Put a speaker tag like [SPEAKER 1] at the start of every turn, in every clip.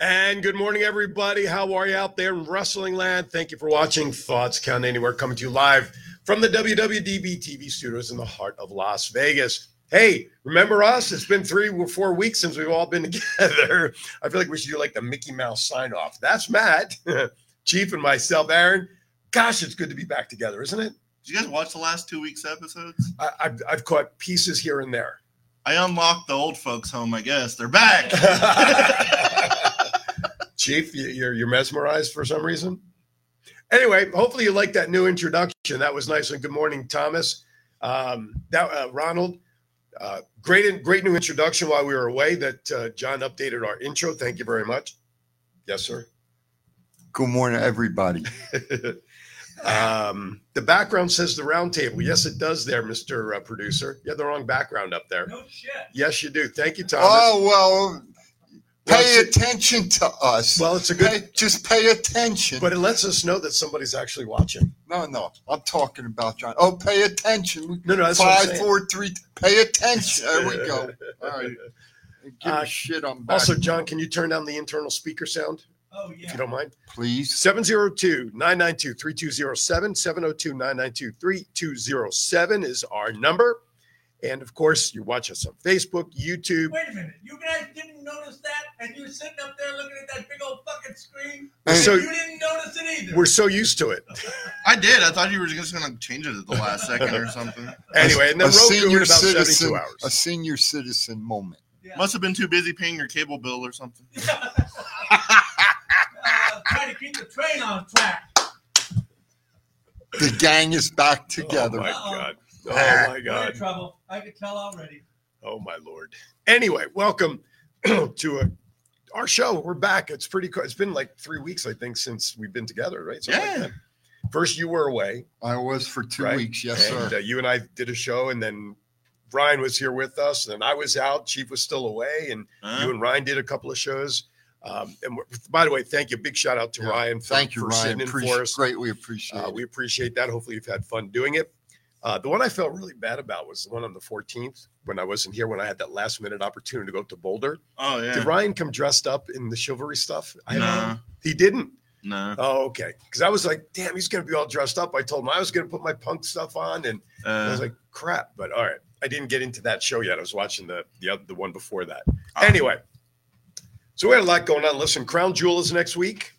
[SPEAKER 1] And good morning, everybody. How are you out there in wrestling land? Thank you for watching Thoughts Count Anywhere coming to you live from the WWDB TV studios in the heart of Las Vegas. Hey, remember us? It's been three or four weeks since we've all been together. I feel like we should do like the Mickey Mouse sign off. That's Matt, Chief, and myself, Aaron. Gosh, it's good to be back together, isn't it?
[SPEAKER 2] Did you guys watch the last two weeks' episodes?
[SPEAKER 1] I, I've, I've caught pieces here and there.
[SPEAKER 2] I unlocked the old folks' home. I guess they're back.
[SPEAKER 1] Chief, you- you're you're mesmerized for some reason. Anyway, hopefully you like that new introduction. That was nice. And good morning, Thomas. Um, that uh, Ronald, uh, great great new introduction while we were away. That uh, John updated our intro. Thank you very much. Yes, sir.
[SPEAKER 3] Good morning, everybody.
[SPEAKER 1] um, the background says the round table. Yes, it does. There, Mister uh, Producer. You have the wrong background up there.
[SPEAKER 4] No shit.
[SPEAKER 1] Yes, you do. Thank you, Thomas.
[SPEAKER 3] Oh well,
[SPEAKER 1] Well,
[SPEAKER 3] pay
[SPEAKER 1] it's-
[SPEAKER 3] attention to us.
[SPEAKER 1] Well, it's a good.
[SPEAKER 3] Pay, just pay attention.
[SPEAKER 1] But it lets us know that somebody's actually watching.
[SPEAKER 3] no, no, I'm talking about John. Oh, pay attention.
[SPEAKER 1] No, no, that's what I'm
[SPEAKER 3] Five,
[SPEAKER 1] saying.
[SPEAKER 3] four, three. Pay attention. There we go. All right. Give
[SPEAKER 1] Uh,
[SPEAKER 3] a shit. I'm back.
[SPEAKER 1] Also, John, can you turn down the internal speaker sound
[SPEAKER 4] Oh
[SPEAKER 1] if
[SPEAKER 4] yeah.
[SPEAKER 1] you don't mind?
[SPEAKER 3] please.
[SPEAKER 1] 702 992 3207. 702 992 3207 is our number. And of course, you watch us on Facebook, YouTube.
[SPEAKER 4] Wait a minute. You guys didn't notice that, and you're sitting up there looking at that big old fucking screen.
[SPEAKER 3] Hey,
[SPEAKER 1] So-
[SPEAKER 4] So you didn't notice it either.
[SPEAKER 1] We're so used to it.
[SPEAKER 2] I did. I thought you were just gonna change it at the last second or something.
[SPEAKER 1] Anyway, and then
[SPEAKER 3] a
[SPEAKER 1] Roku in
[SPEAKER 3] senior
[SPEAKER 1] about 72
[SPEAKER 3] citizen. A
[SPEAKER 1] hours.
[SPEAKER 3] senior citizen moment.
[SPEAKER 4] yeah.
[SPEAKER 2] Must have been too busy paying your cable bill or something.
[SPEAKER 4] Uh, try to keep the train on track.
[SPEAKER 3] The gang is back
[SPEAKER 1] Oh,
[SPEAKER 3] together.
[SPEAKER 1] my
[SPEAKER 4] Uh-oh.
[SPEAKER 1] God.
[SPEAKER 3] Ah.
[SPEAKER 1] Oh, my
[SPEAKER 4] We're in
[SPEAKER 1] God.
[SPEAKER 4] trouble. I could tell already.
[SPEAKER 1] Oh, my Lord. Anyway, welcome to uh our show. We're back. It's pretty cool. It's been like three weeks, I think, since we've been together, right? Something like
[SPEAKER 2] Yeah.
[SPEAKER 1] that. First, you were away.
[SPEAKER 3] I was for two
[SPEAKER 1] Right.
[SPEAKER 3] weeks. Yes,
[SPEAKER 1] and
[SPEAKER 3] sir.
[SPEAKER 1] Uh, you and I did a show, and then Ryan was here with us, and I was out. Chief was still away, and
[SPEAKER 2] Huh?
[SPEAKER 1] you and Ryan did a couple of shows. Um, and we're- by the way, thank you. Big shout out to
[SPEAKER 3] Yeah.
[SPEAKER 1] Ryan. For,
[SPEAKER 3] Thank you,
[SPEAKER 1] uh, for
[SPEAKER 3] Ryan.
[SPEAKER 1] sitting in for
[SPEAKER 3] Appreciate,
[SPEAKER 1] us.
[SPEAKER 3] greatly appreciate
[SPEAKER 1] Uh,
[SPEAKER 3] it.
[SPEAKER 1] we appreciate that. Hopefully, you've had fun doing it. Uh, the one I felt really bad about was the one on the 14th when I wasn't here when I had that last minute opportunity to go up to Boulder.
[SPEAKER 2] oh yeah.
[SPEAKER 1] Did Ryan come dressed up in the chivalry stuff? I
[SPEAKER 2] No,
[SPEAKER 1] he didn't.
[SPEAKER 2] no.
[SPEAKER 1] Oh, okay. Because I was like, damn, he's going to be all dressed up. I told him I was going to put my punk stuff on and I was
[SPEAKER 2] Uh,
[SPEAKER 1] like, crap, but all right. I didn't get into that show yet. I was watching the the other, the one before that.
[SPEAKER 2] Ah.
[SPEAKER 1] Anyway, so we had a lot going on. Listen, Crown Jewel is next week.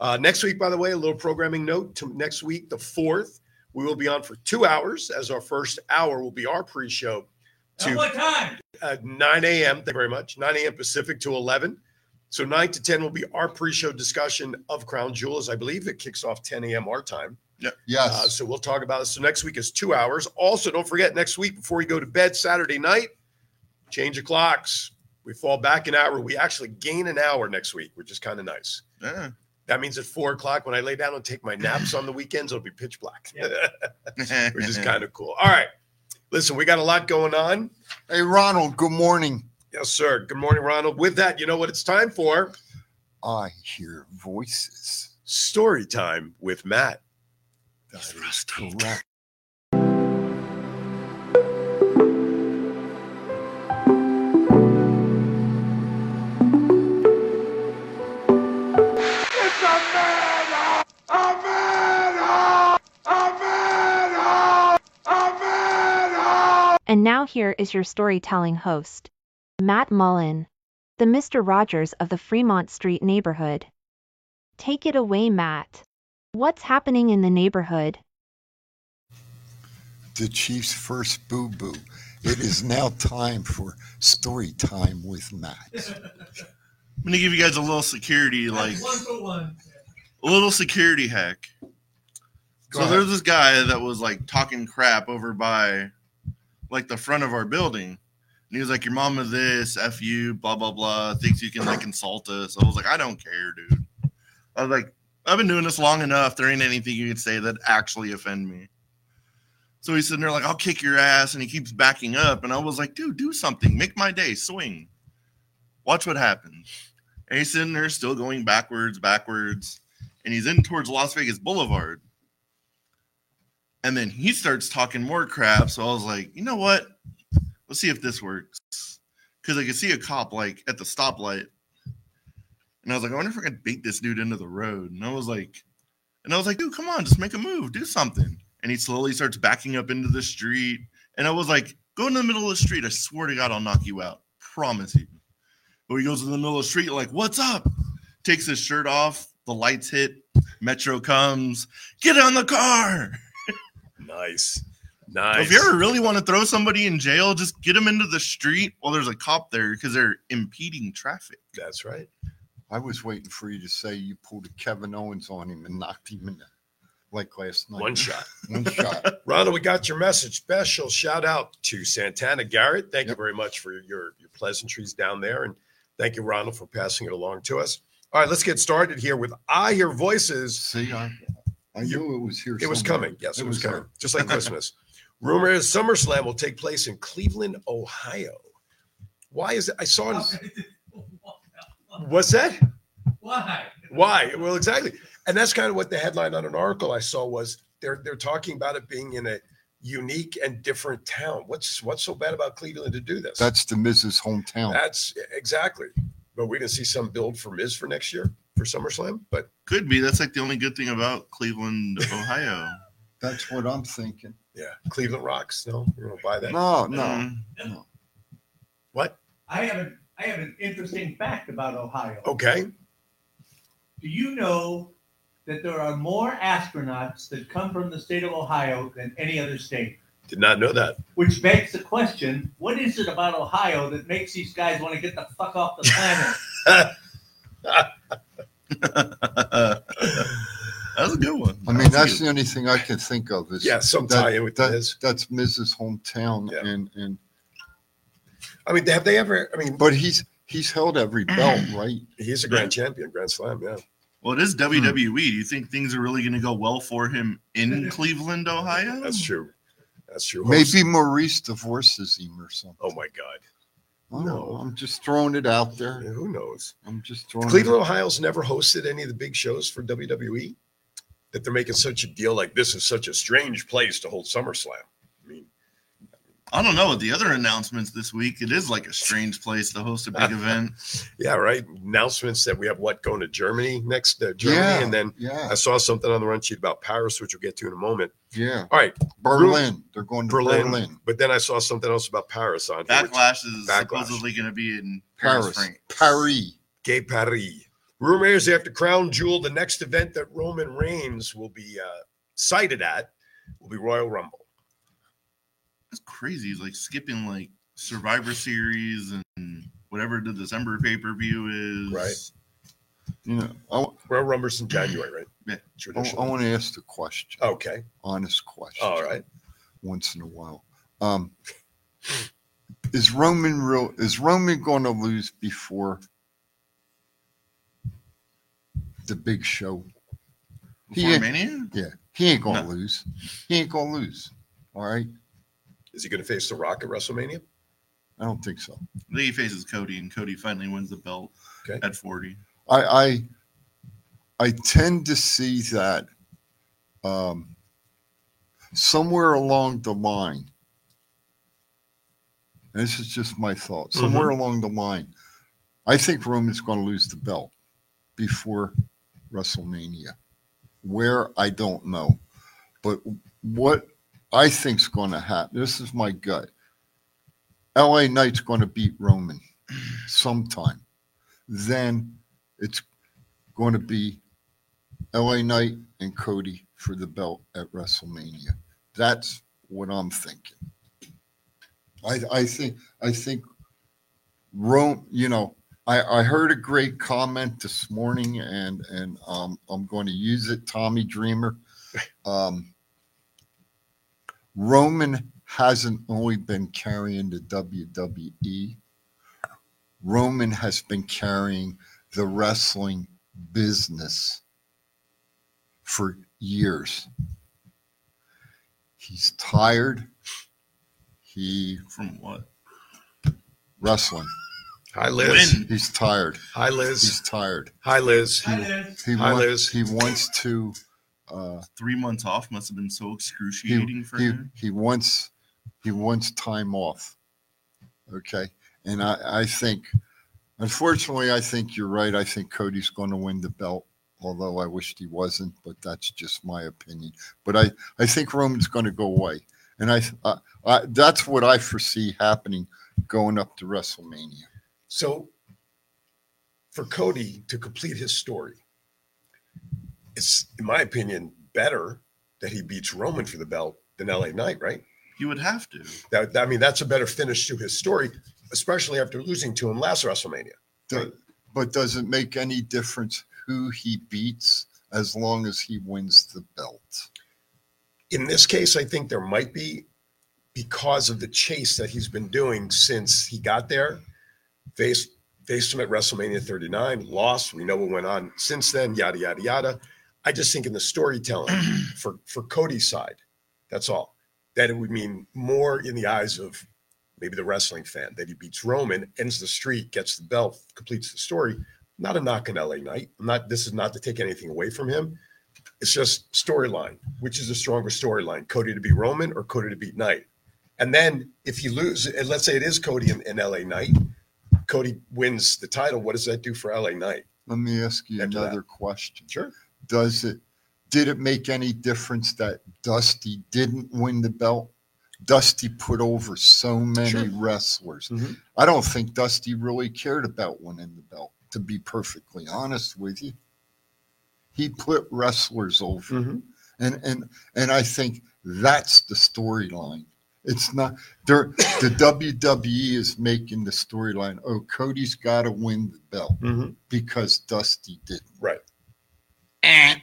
[SPEAKER 1] Uh, next week, by the way, a little programming note. To next week, the fourth, we will be on for two hours. As our first hour will be our pre-show
[SPEAKER 4] At
[SPEAKER 1] to
[SPEAKER 4] what time?
[SPEAKER 1] uh, 9 a.m. Thank you very much. 9 a.m. Pacific to 11. So 9 to 10 will be our pre-show discussion of Crown Jewel, as I believe it kicks off 10 a.m. our time. Uh,
[SPEAKER 3] yes.
[SPEAKER 1] so we'll talk about it. So next week is two hours. Also, don't forget next week before you go to bed Saturday night, change your clocks. We fall back an hour. We actually gain an hour next week, which is kind of nice.
[SPEAKER 2] yeah.
[SPEAKER 1] That means at four o'clock when I lay down and take my naps on the weekends, it'll be pitch black,
[SPEAKER 4] Yeah.
[SPEAKER 1] which is kind of cool. All right. Listen, we got a lot going on.
[SPEAKER 3] hey, Ronald. Good morning.
[SPEAKER 1] Yes, sir. Good morning, Ronald. With that, you know what it's time for?
[SPEAKER 3] I hear voices.
[SPEAKER 1] Story time with Matt.
[SPEAKER 3] That is correct.
[SPEAKER 5] And now here is your storytelling host, Matt Mullen, the Mr. Rogers of the Fremont Street neighborhood. Take it away, Matt. What's happening in the neighborhood?
[SPEAKER 3] The Chief's first boo boo. It is now time for story time with Matt.
[SPEAKER 2] I'm gonna give you guys a little security, like
[SPEAKER 4] That's one for one.
[SPEAKER 2] a little security hack.
[SPEAKER 3] Go
[SPEAKER 2] so
[SPEAKER 3] ahead.
[SPEAKER 2] there's this guy that was like talking crap over by like the front of our building. And he was like, Your mama this, F you, blah, blah, blah, thinks you can like insult us. I was like, I don't care, dude. I was like, I've been doing this long enough. There ain't anything you can say that actually offend me. So he's sitting there like, I'll kick your ass. And he keeps backing up. And I was like, dude, do something. Make my day. Swing. Watch what happens. And he's sitting there still going backwards, backwards. And he's in towards Las Vegas Boulevard. And then he starts talking more crap. So I was like, you know what? Let's see if this works. Because I could see a cop like at the stoplight. And I was like, I wonder if I could beat this dude into the road. And I was like, and I was like, dude, come on, just make a move, do something. And he slowly starts backing up into the street. And I was like, go in the middle of the street. I swear to God, I'll knock you out. Promise you. But he goes in the middle of the street, like, what's up? Takes his shirt off. The lights hit. Metro comes. Get on the car.
[SPEAKER 1] Nice. Nice.
[SPEAKER 2] If you ever really want to throw somebody in jail, just get them into the street while there's a cop there because they're impeding traffic.
[SPEAKER 1] That's right.
[SPEAKER 3] I was waiting for you to say you pulled a Kevin Owens on him and knocked him in the, like last night.
[SPEAKER 1] One shot.
[SPEAKER 3] One shot.
[SPEAKER 1] Rhonda, we got your message. Special shout out to Santana Garrett. Thank you
[SPEAKER 3] Yep.
[SPEAKER 1] very much for your, your pleasantries down there. And thank you, Ronald, for passing it along to us. All right, let's get started here with I Hear Voices.
[SPEAKER 3] See, I, I
[SPEAKER 1] You-
[SPEAKER 3] knew it was here.
[SPEAKER 1] It was
[SPEAKER 3] somewhere.
[SPEAKER 1] coming. Yes, it,
[SPEAKER 3] It
[SPEAKER 1] was,
[SPEAKER 3] was
[SPEAKER 1] coming. Just like Christmas. Rumor is SummerSlam will take place in Cleveland, Ohio. Why is it? I saw
[SPEAKER 4] Uh,
[SPEAKER 1] it. What's that?
[SPEAKER 4] Why?
[SPEAKER 1] Why? Well, exactly. And that's kind of what the headline on an article I saw was they're they're talking about it being in a unique and different town. What's what's so bad about Cleveland to do this?
[SPEAKER 3] That's the Miz's hometown.
[SPEAKER 1] That's exactly. But we're gonna see some build for Miz for next year for SummerSlam. But
[SPEAKER 2] Could be. That's like the only good thing about Cleveland, Ohio.
[SPEAKER 3] That's what I'm thinking.
[SPEAKER 1] yeah, Cleveland rocks. No, you're gonna buy that. Mm-hmm.
[SPEAKER 3] No, no.
[SPEAKER 2] Mm.
[SPEAKER 1] What?
[SPEAKER 4] I have an I have an interesting fact about Ohio.
[SPEAKER 1] Okay.
[SPEAKER 4] Do you know that there are more astronauts that come from the state of Ohio than any other state?
[SPEAKER 1] Did not know that.
[SPEAKER 4] Which begs the question: What is it about Ohio that makes these guys want to get the fuck off the planet?
[SPEAKER 2] That's a good one.
[SPEAKER 3] I mean,
[SPEAKER 2] a
[SPEAKER 3] that's
[SPEAKER 2] good-
[SPEAKER 3] the only thing I can think of is
[SPEAKER 1] Yeah, some
[SPEAKER 3] that-
[SPEAKER 1] tie in with
[SPEAKER 3] that-
[SPEAKER 1] Miz.
[SPEAKER 3] that's Miz's hometown,
[SPEAKER 1] Yeah.
[SPEAKER 3] and and
[SPEAKER 1] I mean, have they ever? I mean,
[SPEAKER 3] but he's he's held every belt, right?
[SPEAKER 1] he's a grand champion, Grand Slam. Yeah.
[SPEAKER 2] well, it
[SPEAKER 3] Hmm.
[SPEAKER 2] is WWE. Do you think things are really going to go well for him in Cleveland, Ohio?
[SPEAKER 1] That's true. That's true.
[SPEAKER 3] Maybe Maurice divorces him or something.
[SPEAKER 1] Oh my God.
[SPEAKER 3] I don't know.
[SPEAKER 1] no.
[SPEAKER 3] I'm just throwing it out there.
[SPEAKER 1] Who knows?
[SPEAKER 3] I'm just throwing.
[SPEAKER 1] Cleveland, Ohio's never hosted any of the big shows for WWE that they're making such a deal like this is such a strange place to hold SummerSlam. I mean,
[SPEAKER 2] I don't know. With the other announcements this week, it is like a strange place to host a big event.
[SPEAKER 1] yeah, right. Announcements that we have what going to Germany next, uh, Germany,
[SPEAKER 3] Yeah.
[SPEAKER 1] and then
[SPEAKER 3] It. Yeah,
[SPEAKER 1] I saw something on the run sheet about Paris, which we'll get to in a moment.
[SPEAKER 3] yeah.
[SPEAKER 1] All right,
[SPEAKER 3] Berlin. They're going to
[SPEAKER 1] Berlin.
[SPEAKER 3] Berlin.
[SPEAKER 1] but then I saw something else about Paris on here, which-
[SPEAKER 2] Backlash is
[SPEAKER 1] Backlash.
[SPEAKER 2] supposedly going to be in Paris.
[SPEAKER 3] Paris.
[SPEAKER 2] France.
[SPEAKER 3] Paris.
[SPEAKER 1] Gay Paris. Rumor is after Crown Jewel, the next event that Roman Reigns will be uh, cited at will be Royal Rumble.
[SPEAKER 2] That's crazy. He's like skipping like Survivor Series and whatever the December pay per view is.
[SPEAKER 1] Right.
[SPEAKER 3] You know, I,
[SPEAKER 1] Royal Rumble's in January, right?
[SPEAKER 2] Yeah.
[SPEAKER 1] Traditional.
[SPEAKER 3] want to ask the question.
[SPEAKER 1] Okay.
[SPEAKER 3] Honest question.
[SPEAKER 1] All right.
[SPEAKER 3] Once in a while. Um, is Roman real? Is Roman going to lose before the big show?
[SPEAKER 2] Before
[SPEAKER 3] Yeah.
[SPEAKER 2] Mania?
[SPEAKER 3] Yeah, he ain't gonna
[SPEAKER 2] No.
[SPEAKER 3] lose. He ain't gonna lose. All right.
[SPEAKER 1] Is he going to face The Rock at WrestleMania?
[SPEAKER 3] I don't think so.
[SPEAKER 2] I think he faces Cody, and Cody finally wins the belt
[SPEAKER 1] Okay.
[SPEAKER 2] at 40.
[SPEAKER 3] I I I tend to see that um, somewhere along the line. and This is just my thought. Somewhere along the line, I think Roman's going to lose the belt before WrestleMania. Where I don't know, but what I think's going to happen. This is my gut. LA Knight's going to beat Roman sometime. Then it's going to be LA Knight and Cody for the belt at WrestleMania. That's what I'm thinking. I, I think I think Rome, you know, I, I heard a great comment this morning and and um, I'm going to use it, Tommy Dreamer. Um, Roman hasn't only been carrying the WWE. Roman has been carrying the wrestling business for years. He's tired. He
[SPEAKER 2] From what?
[SPEAKER 3] wrestling.
[SPEAKER 1] Hi, Liz.
[SPEAKER 2] Win.
[SPEAKER 3] He's tired.
[SPEAKER 1] Hi, Liz.
[SPEAKER 3] He's tired.
[SPEAKER 1] Hi, Liz.
[SPEAKER 4] I live.
[SPEAKER 3] He
[SPEAKER 1] Hi,
[SPEAKER 3] wa-
[SPEAKER 1] Liz.
[SPEAKER 3] He wants to. Uh,
[SPEAKER 2] Three months off must have been so excruciating
[SPEAKER 3] he,
[SPEAKER 2] for
[SPEAKER 3] he,
[SPEAKER 2] him.
[SPEAKER 3] he wants he wants time off. Okay, and I I think Unfortunately, I think you're right. I think Cody's going to win the belt, although I wished he wasn't, but that's just my opinion. But I, I think Roman's going to go away. And I, I, I, that's what I foresee happening going up to WrestleMania.
[SPEAKER 1] So, for Cody to complete his story, it's, in my opinion, better that he beats Roman for the belt than LA Knight, right?
[SPEAKER 2] You would have to.
[SPEAKER 1] That, I mean, that's a better finish to his story, especially after losing to him last WrestleMania.
[SPEAKER 3] Do- But does it make any difference who he beats as long as he wins the belt?
[SPEAKER 1] In this case, I think there might be because of the chase that he's been doing since he got there. Faced faced him at WrestleMania 39, lost. We know what went on since then. Yada yada yada. I just think in the storytelling for for Cody's side, that's all. That it would mean more in the eyes of maybe the wrestling fan that he beats Roman, ends the streak, gets the belt, completes the story. Not a knock on LA Knight. I'm not this is not to take anything away from him. It's just storyline. Which is the stronger storyline? Cody to beat Roman or Cody to beat Knight? And then if you lose, and let's say it is Cody and, and LA Knight, Cody wins the title. What does that do for LA Knight?
[SPEAKER 3] Let me ask you
[SPEAKER 1] After that.
[SPEAKER 3] another question.
[SPEAKER 1] Sure.
[SPEAKER 3] Does it did it make any difference that Dusty didn't win the belt? Dusty put over so many
[SPEAKER 1] Sure.
[SPEAKER 3] wrestlers.
[SPEAKER 1] Mhm.
[SPEAKER 3] I don't think Dusty really cared about winning the belt, to be perfectly honest with you. He put wrestlers
[SPEAKER 1] Mm-hmm.
[SPEAKER 3] over.
[SPEAKER 2] Mm-hmm.
[SPEAKER 3] and and and I think that's the storyline. It's not there. The WWE is making the storyline. Oh, Cody's got to win the belt
[SPEAKER 2] Mm-hmm.
[SPEAKER 3] because Dusty didn't.
[SPEAKER 1] Right.
[SPEAKER 3] Eh,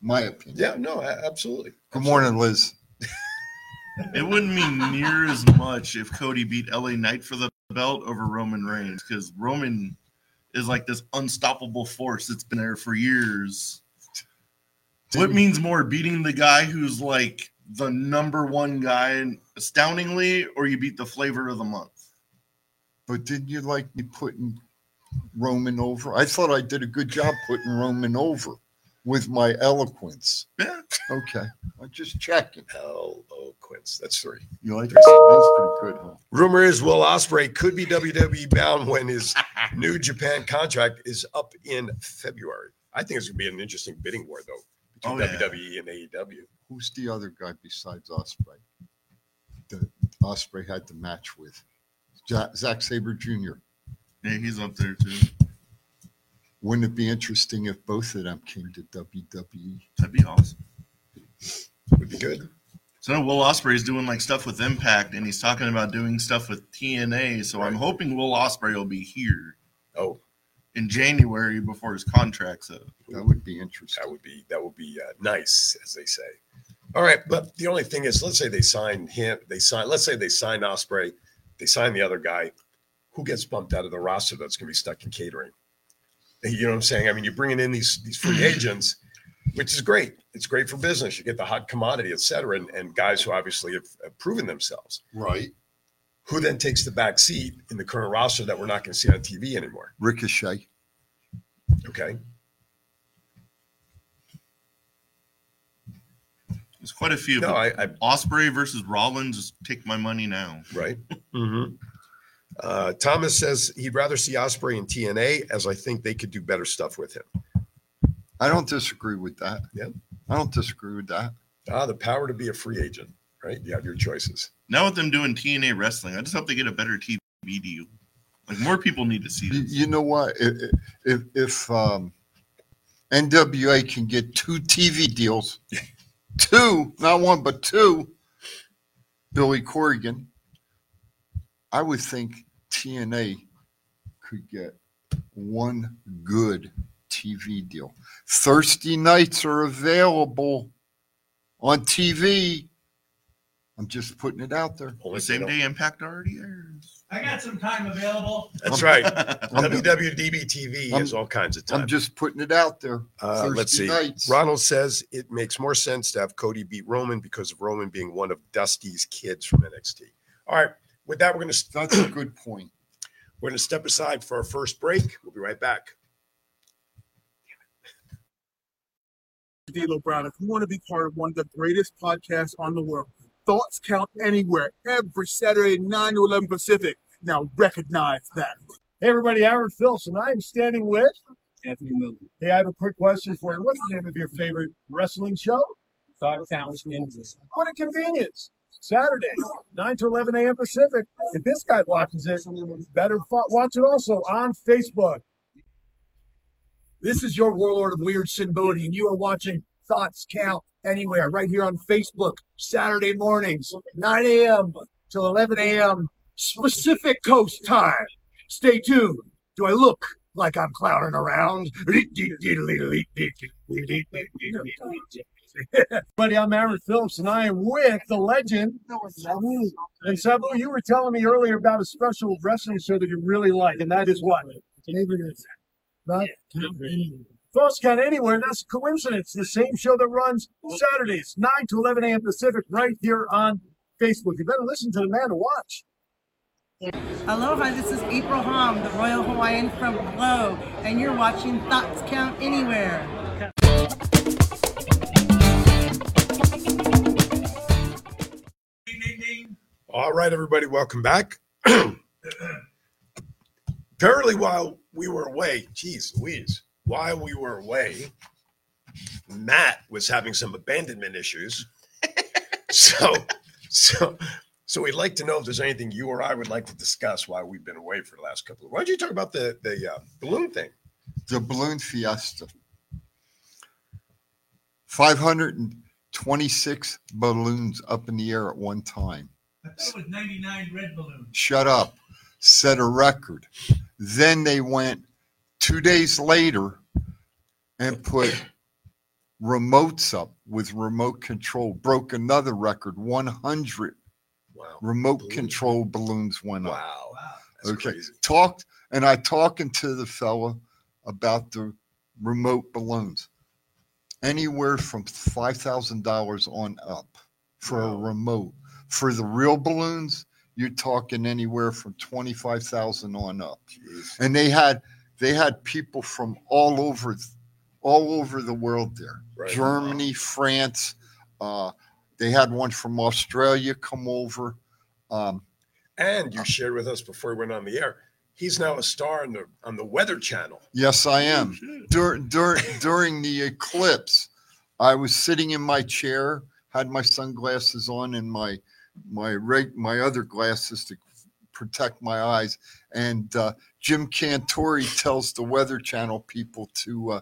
[SPEAKER 3] my opinion.
[SPEAKER 1] Yeah, no, a- absolutely.
[SPEAKER 3] Good morning, Liz.
[SPEAKER 2] It wouldn't mean near as much if Cody beat LA Knight for the belt over Roman Reigns because Roman is like this unstoppable force that's been there for years. What
[SPEAKER 3] Didn't-
[SPEAKER 2] means more, beating the guy who's like the number one guy and astoundingly, or you beat the flavor of the month?
[SPEAKER 3] But did you like me putting Roman over? I thought I did a good job putting Roman over with my eloquence.
[SPEAKER 2] Yeah.
[SPEAKER 3] Okay, I'm just checking.
[SPEAKER 1] L O Quince. That's three.
[SPEAKER 3] You like that? That's pretty good, huh?
[SPEAKER 1] Rumor is Will Osprey could be WWE bound when his new Japan contract is up in February. I think it's gonna be an interesting bidding war though between
[SPEAKER 2] Oh, yeah.
[SPEAKER 1] WWE and E AEW.
[SPEAKER 3] Who's the other guy besides Osprey? The Osprey had the match with Ja- Zack Saber Jr.
[SPEAKER 2] Yeah, he's up there too.
[SPEAKER 3] Wouldn't it be interesting if both of them came to E? WWE?
[SPEAKER 2] That'd be awesome.
[SPEAKER 1] Would be good.
[SPEAKER 2] So now Will Osprey's doing like stuff with Impact, and he's talking about doing stuff with TNA. So I'm
[SPEAKER 1] Right.
[SPEAKER 2] hoping Will Osprey will be here
[SPEAKER 1] Oh,
[SPEAKER 2] in January before his contract's up.
[SPEAKER 3] That would be interesting.
[SPEAKER 1] that would be that would be uh, nice, as they say. All right, but the only thing is, let's say they sign him. They sign. Let's say they sign Osprey. They sign the other guy. Who gets bumped out of the roster? That's going to be stuck in catering. You know what I'm saying? I mean, you're bringing in these these free agents, which is great. It's great for business. You get the hot commodity, et cetera, and, and guys who obviously have, have proven themselves.
[SPEAKER 3] Right.
[SPEAKER 1] Who then takes the back seat in the current roster that we're not going to see on TV anymore?
[SPEAKER 3] Ricochet.
[SPEAKER 1] Okay,
[SPEAKER 2] There's quite a few.
[SPEAKER 1] no,
[SPEAKER 2] but
[SPEAKER 1] I, I
[SPEAKER 2] Osprey versus Rollins, take my money now.
[SPEAKER 1] right?
[SPEAKER 3] Mm-hmm.
[SPEAKER 1] Uh, Thomas says he'd rather see Osprey in TNA, as I think they could do better stuff with him.
[SPEAKER 3] I don't disagree with that.
[SPEAKER 1] Yep.
[SPEAKER 3] I don't disagree with that.
[SPEAKER 1] Ah, the power to be a free agent, right? You have your choices.
[SPEAKER 2] Now with them doing TNA wrestling, I just hope they get a better TV deal. Like more people need to see
[SPEAKER 3] You,
[SPEAKER 2] this.
[SPEAKER 3] you know what? If if, if um, NWA can get two TV deals, two, not one but two, Billy Corrigan, I would think TNA could get one good TV deal. Thursday nights are available on TV. I'm just putting it out there.
[SPEAKER 1] Only
[SPEAKER 2] The
[SPEAKER 1] if they
[SPEAKER 2] same
[SPEAKER 1] don't-
[SPEAKER 2] day Impact already airs.
[SPEAKER 4] I got some time available.
[SPEAKER 1] That's right.
[SPEAKER 3] I'm-
[SPEAKER 1] WWDB TV has all kinds of
[SPEAKER 3] I'm
[SPEAKER 1] time.
[SPEAKER 3] just putting it out there.
[SPEAKER 1] Uh, let's see.
[SPEAKER 3] Thursday nights.
[SPEAKER 1] Ronald says it makes more sense to have Cody beat Roman because of Roman being one of Dusty's kids from NXT. All right. With that, we're gonna
[SPEAKER 3] That's a good point.
[SPEAKER 1] we're gonna step aside for our first break. We'll be right back.
[SPEAKER 6] D'Lo Brown. If you want to be part of one of the greatest podcasts on the world, thoughts count anywhere every Saturday, 9 to 11 Pacific. Now recognize that.
[SPEAKER 7] Hey, everybody, Aaron Phillips, and I'm standing with.
[SPEAKER 8] Anthony Miller.
[SPEAKER 7] Hey, I have a quick question for you. What's the name of your favorite wrestling show?
[SPEAKER 8] Five towns, Kansas.
[SPEAKER 7] What a convenience. Saturday, 9 to 11 a.m. Pacific. If this guy watches it, better fo- watch it also on Facebook. This is your Warlord of Weird Sinbody, and you are watching Thoughts Count Anywhere right here on Facebook, Saturday mornings, 9 a.m. till 11 a.m. Pacific Coast time. Stay tuned. Do I look like I'm clowning around? Buddy, I'm Aaron Phillips, and I am with the legend. Sabu. And Sabu, you were telling me earlier about a special wrestling show that you really like, and that is what? Not Thoughts Count Mm-hmm. Anywhere, that's a coincidence. The same show that runs Saturdays, 9 to 11 a.m. Pacific, right here on Facebook. You better listen to the man to watch.
[SPEAKER 9] Aloha, this is April Hom, the Royal Hawaiian from Glow, and you're watching Thoughts Count Anywhere.
[SPEAKER 1] All right, everybody, welcome back. Apparently, while we were away, geez Louise, while we were away, Matt was having some abandonment issues. so, so, so we'd like to know if there's anything you or I would like to discuss while we've been away for the last couple of. Why don't you talk about the the uh, balloon thing?
[SPEAKER 3] the balloon fiesta. 526 balloons up in the air at one time.
[SPEAKER 4] I thought it was 99 red balloons.
[SPEAKER 3] Shut up. Set a record. Then they went two days later and put remotes up with remote control, broke another record. 100
[SPEAKER 1] Wow,
[SPEAKER 3] remote
[SPEAKER 1] Balloons.
[SPEAKER 3] control balloons went up.
[SPEAKER 1] wow, that's
[SPEAKER 3] okay.
[SPEAKER 1] crazy.
[SPEAKER 3] Talked and I talking to the fella about the remote balloons. Anywhere from five thousand dollars on up for a
[SPEAKER 1] Wow.
[SPEAKER 3] remote. For the real balloons, you're talking anywhere from twenty five thousand on up.
[SPEAKER 1] Jeez.
[SPEAKER 3] And they had they had people from all over all over the world there.
[SPEAKER 1] Right.
[SPEAKER 3] Germany, France. Uh, they had one from Australia come over. Um,
[SPEAKER 1] And you shared with us before we went on the air. He's now a star on the on the Weather Channel.
[SPEAKER 3] Yes, I am. Dur- dur- during the eclipse, I was sitting in my chair, had my sunglasses on and my my reg- my other glasses to protect my eyes. And uh, Jim Cantori tells the Weather Channel people to uh,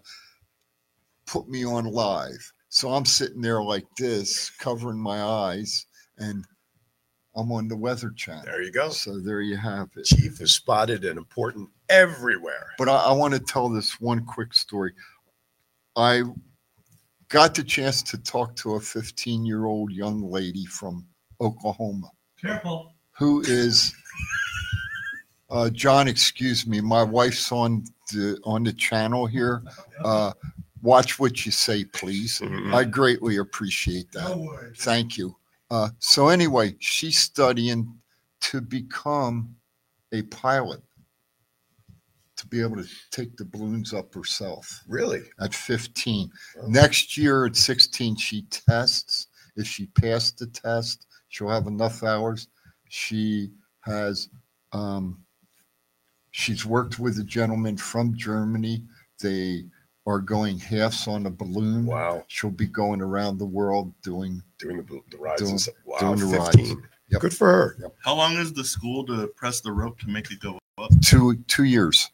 [SPEAKER 3] put me on live. So I'm sitting there like this, covering my eyes, and I'm on the Weather Channel.
[SPEAKER 1] There you go.
[SPEAKER 3] So there you have it.
[SPEAKER 1] Chief is spotted and important everywhere.
[SPEAKER 3] But I, I want to tell this one quick story. I got the chance to talk to a 15 year old young lady from Oklahoma
[SPEAKER 4] Careful.
[SPEAKER 3] who is uh, John. Excuse me, my wife's on the on the channel here. Uh, watch what you say, please.
[SPEAKER 1] Mhm.
[SPEAKER 3] I greatly appreciate that.
[SPEAKER 4] No worries.
[SPEAKER 3] Thank you. Uh, so anyway, she's studying to become a pilot to be able to take the balloons up herself
[SPEAKER 1] Really?
[SPEAKER 3] at 15.
[SPEAKER 4] Oh.
[SPEAKER 1] Wow.
[SPEAKER 3] Next year at 16, she tests. If she passed the test, she'll have enough hours. She has, um, she's worked with a gentleman from Germany. They are going halves on a balloon.
[SPEAKER 1] Wow.
[SPEAKER 3] She'll be going around the world doing
[SPEAKER 1] Doing the, the rides.
[SPEAKER 3] Doing-
[SPEAKER 1] and stuff. wow.
[SPEAKER 3] doing the rides.
[SPEAKER 1] 15.
[SPEAKER 3] Yep.
[SPEAKER 1] Good for her.
[SPEAKER 2] How long is the school to press the rope to make it go up?
[SPEAKER 3] two two years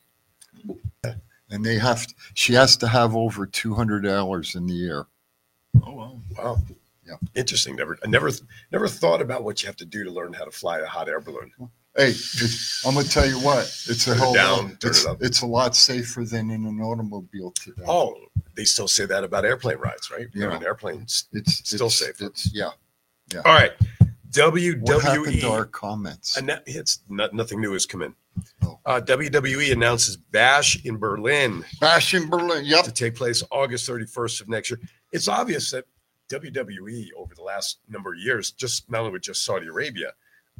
[SPEAKER 3] and they have she has to have over 200 hours in the air
[SPEAKER 2] Oh wow.
[SPEAKER 1] Wow.
[SPEAKER 3] Yeah.
[SPEAKER 1] Interesting. Never, I never, never thought about what you have to do to learn how to fly a hot air balloon.
[SPEAKER 3] hey it's- i'm gonna tell you what it's a
[SPEAKER 1] Turn it
[SPEAKER 3] hell
[SPEAKER 1] down,
[SPEAKER 3] of a-
[SPEAKER 1] turn
[SPEAKER 3] it's,
[SPEAKER 1] it up.
[SPEAKER 3] it's a lot safer than in an automobile today
[SPEAKER 1] Oh, they still say that about airplane rides, right?
[SPEAKER 3] Yeah.
[SPEAKER 1] When airplanes.
[SPEAKER 3] it's
[SPEAKER 1] still
[SPEAKER 3] it's-
[SPEAKER 1] safer. E
[SPEAKER 3] it's yeah
[SPEAKER 1] All right.
[SPEAKER 3] what happened to our
[SPEAKER 1] WWE.
[SPEAKER 3] comments
[SPEAKER 1] anno- It's not, nothing new has come in.
[SPEAKER 3] Oh.
[SPEAKER 1] Uh, WWE announces Bash in Berlin
[SPEAKER 3] bash in berlin
[SPEAKER 1] to
[SPEAKER 3] yep
[SPEAKER 1] take place August 31st of next year. It's obvious that WWE over the last number of years, just not only with just Saudi Arabia,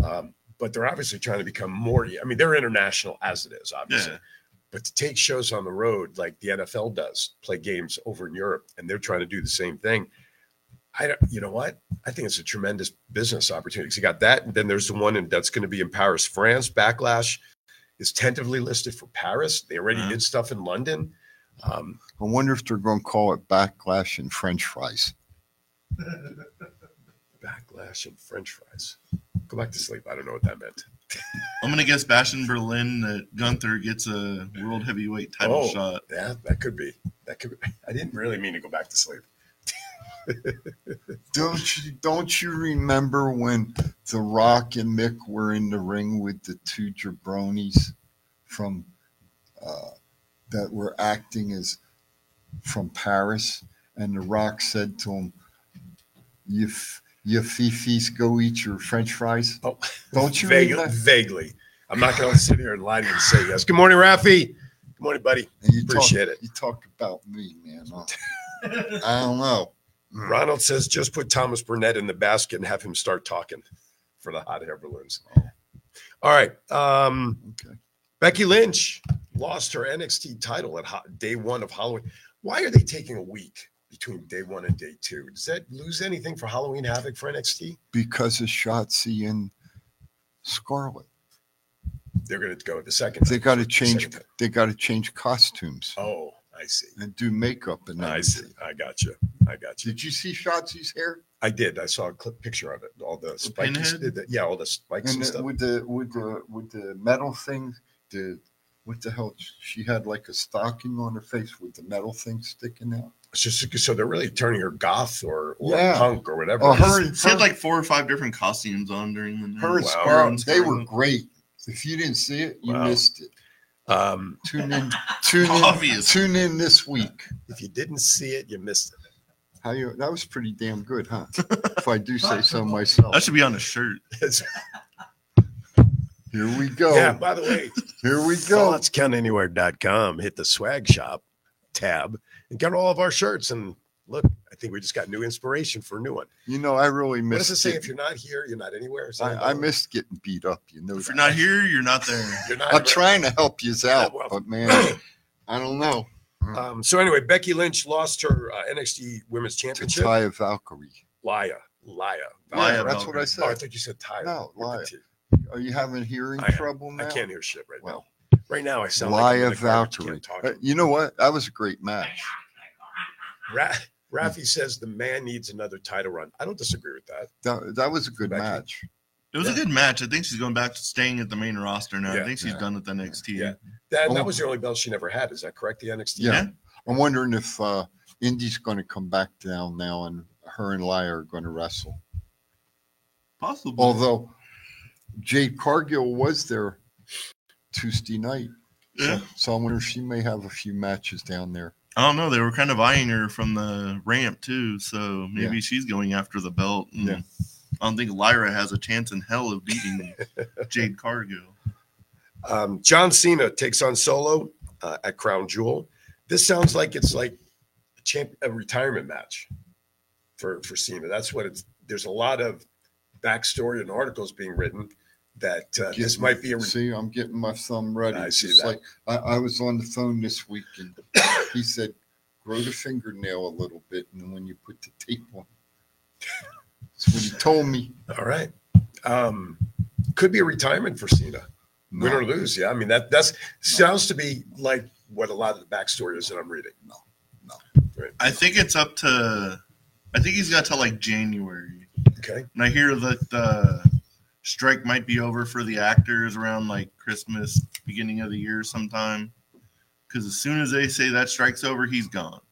[SPEAKER 1] um, but they're obviously trying to become more. I mean, they're international as it is, obviously.
[SPEAKER 2] Yeah.
[SPEAKER 1] But to take shows on the road like the NFL does, play games over in Europe, and they're trying to do the same thing. I don't, you know what? I think it's a tremendous business opportunity. 'Cause you got that, and then there's the one in, that's going to be in Paris, France. Backlash is tentatively listed for Paris. They already did stuff in London. Um,
[SPEAKER 3] I wonder if they're going to call it backlash and French fries.
[SPEAKER 1] backlash and French fries. Go back to sleep. I don't know what that meant.
[SPEAKER 2] I'm gonna guess Bash in Berlin that Gunther gets a world heavyweight title
[SPEAKER 1] Oh,
[SPEAKER 2] shot.
[SPEAKER 1] Yeah, that could be. That could. Be. I didn't really mean to go back to sleep.
[SPEAKER 3] Don't you, don't you remember when The Rock and Mick were in the ring with the two jabronis from uh, that were acting as from Paris, and The Rock said to him, "You f- you fifis, go eat your French fries."
[SPEAKER 1] Oh,
[SPEAKER 3] don't you
[SPEAKER 1] Vague-
[SPEAKER 3] remember?
[SPEAKER 1] vaguely. I'm not going to sit here and lie to you and say yes. Good morning, Rafi. Good morning, buddy.
[SPEAKER 3] And you
[SPEAKER 1] Appreciate
[SPEAKER 3] talk,
[SPEAKER 1] it.
[SPEAKER 3] You talk about me, man. I I don't know.
[SPEAKER 1] Ronald says just put Thomas Burnett in the basket and have him start talking for the hot air balloons. All right. Um,
[SPEAKER 3] Oh. Okay.
[SPEAKER 1] Becky Lynch lost her NXT title at ho- day one of Halloween. Why are they taking a week between day one and day two? Does that lose anything for Halloween Havoc for NXT?
[SPEAKER 3] Because of Shotzi and Scarlet,
[SPEAKER 1] They're going to go the second.
[SPEAKER 3] they
[SPEAKER 1] time.
[SPEAKER 3] got to change.
[SPEAKER 1] Second time.
[SPEAKER 3] They got to change costumes
[SPEAKER 1] Oh, I see.
[SPEAKER 3] and do makeup and
[SPEAKER 1] I
[SPEAKER 3] everything.
[SPEAKER 1] see. I got you. I got you.
[SPEAKER 3] Did you see Shotzi's hair?
[SPEAKER 1] I did. I saw a clip picture of it. All the spikes.
[SPEAKER 2] pinhead?
[SPEAKER 1] Yeah, all the spikes
[SPEAKER 3] And
[SPEAKER 1] and
[SPEAKER 3] the-
[SPEAKER 1] stuff.
[SPEAKER 3] with the with the with the metal thing, the what the hell? She had like a stocking on her face with the metal thing sticking out.
[SPEAKER 1] It's just- so they're really turning her goth or, or
[SPEAKER 3] Yeah.
[SPEAKER 1] punk or whatever.
[SPEAKER 3] Oh,
[SPEAKER 1] it is.
[SPEAKER 3] her and
[SPEAKER 2] She had
[SPEAKER 3] her,
[SPEAKER 2] like four or five different costumes on during the night.
[SPEAKER 3] her and
[SPEAKER 1] Mm, Wow.
[SPEAKER 3] Scarlett,
[SPEAKER 2] Her
[SPEAKER 3] they
[SPEAKER 2] and
[SPEAKER 3] were
[SPEAKER 2] Scarlett.
[SPEAKER 3] great. If you didn't see it, you
[SPEAKER 1] Wow.
[SPEAKER 3] missed it.
[SPEAKER 1] Um,
[SPEAKER 3] Tune in, tune in,
[SPEAKER 2] Obvious.
[SPEAKER 3] tune in this week.
[SPEAKER 1] if you didn't see it, you missed it.
[SPEAKER 3] How you? That was pretty damn good, huh? if I do say so myself.
[SPEAKER 2] That should be on a shirt.
[SPEAKER 1] It's-
[SPEAKER 3] Here we go.
[SPEAKER 1] Yeah, by the way,
[SPEAKER 3] Here we go.
[SPEAKER 1] thoughtscountanywhere.com. Hit the swag shop tab and get all of our shirts. And look, I think we just got new inspiration for a new one.
[SPEAKER 3] You know, I really
[SPEAKER 1] What
[SPEAKER 3] missed.
[SPEAKER 1] does it say?
[SPEAKER 3] getting-
[SPEAKER 1] If you're not here, you're not anywhere. Is that-
[SPEAKER 3] I, I missed getting beat up. You know,
[SPEAKER 2] If you're
[SPEAKER 3] that.
[SPEAKER 2] not here, you're not there.
[SPEAKER 1] You're not
[SPEAKER 3] I'm trying to help you out,
[SPEAKER 1] well-
[SPEAKER 3] but man, I don't know.
[SPEAKER 1] Um, so anyway, Becky Lynch lost her uh, NXT Women's
[SPEAKER 3] To
[SPEAKER 1] Championship.
[SPEAKER 3] tie a Valkyrie.
[SPEAKER 1] Laya, Laya.
[SPEAKER 2] Laya
[SPEAKER 3] Yeah, that's what
[SPEAKER 2] Valkyrie.
[SPEAKER 3] I
[SPEAKER 1] Oh, I
[SPEAKER 3] said.
[SPEAKER 1] thought you said Tyra.
[SPEAKER 3] No,
[SPEAKER 1] With the
[SPEAKER 3] Laya.
[SPEAKER 1] T.
[SPEAKER 3] Are you having hearing
[SPEAKER 1] I am.
[SPEAKER 3] trouble now?
[SPEAKER 1] I can't hear shit right
[SPEAKER 3] Well,
[SPEAKER 1] now. Right now, I sound like I'm
[SPEAKER 3] Laya
[SPEAKER 1] in the garbage can
[SPEAKER 3] Valkyrie. Uh,
[SPEAKER 1] talking.
[SPEAKER 3] You know what? That was a great match.
[SPEAKER 1] Ra- Rafi says the man needs another title run. I don't disagree with that.
[SPEAKER 3] That, that was a good
[SPEAKER 1] Becky.
[SPEAKER 3] match.
[SPEAKER 2] It was
[SPEAKER 1] Yeah.
[SPEAKER 2] a good match. I think she's going back to staying at the main roster now.
[SPEAKER 1] Yeah.
[SPEAKER 2] I think she's
[SPEAKER 3] Yeah.
[SPEAKER 2] done with NXT.
[SPEAKER 1] Yeah. That,
[SPEAKER 3] Oh.
[SPEAKER 1] that was the only belt she never had. Is that correct? The NXT.
[SPEAKER 3] Yeah. I'm wondering if uh, Indy's going to come back down now and her and Laya are going to wrestle.
[SPEAKER 1] Mm-hmm.
[SPEAKER 2] Possible.
[SPEAKER 3] Although Jade Cargill was there Tuesday night. So,
[SPEAKER 2] Yeah.
[SPEAKER 3] so I wonder if she may have a few matches down there.
[SPEAKER 2] I don't know. They were kind of eyeing her from the ramp too, so maybe she's going after the belt. and
[SPEAKER 3] Yeah.
[SPEAKER 2] I don't think Lyra has a chance in hell of beating Jade Cargill.
[SPEAKER 1] Um, John Cena takes on Solo uh, at Crown Jewel. This sounds like it's like a, champ- a retirement match for for Cena. That's what it's. There's a lot of backstory and articles being written that uh, this
[SPEAKER 3] Getting-
[SPEAKER 1] might be a. re-
[SPEAKER 3] See, I'm getting my thumb ready.
[SPEAKER 1] I
[SPEAKER 3] It's
[SPEAKER 1] see
[SPEAKER 3] just
[SPEAKER 1] that.
[SPEAKER 3] Like I, I was on the phone this week, and he said, "Grow the fingernail a little bit, and then when you put the tape on." That's what he told me.
[SPEAKER 1] All right. Um, could be a retirement for Cena. Win or
[SPEAKER 3] No.
[SPEAKER 1] lose. Yeah. I mean, that that's sounds to be like what a lot of the backstory is that I'm reading.
[SPEAKER 3] No, no.
[SPEAKER 1] Right.
[SPEAKER 2] I think it's up to. I think he's got to like January,
[SPEAKER 1] Okay.
[SPEAKER 2] and I hear that the strike might be over for the actors around like Christmas, beginning of the year, sometime. Because as soon as they say that strike's over, he's gone.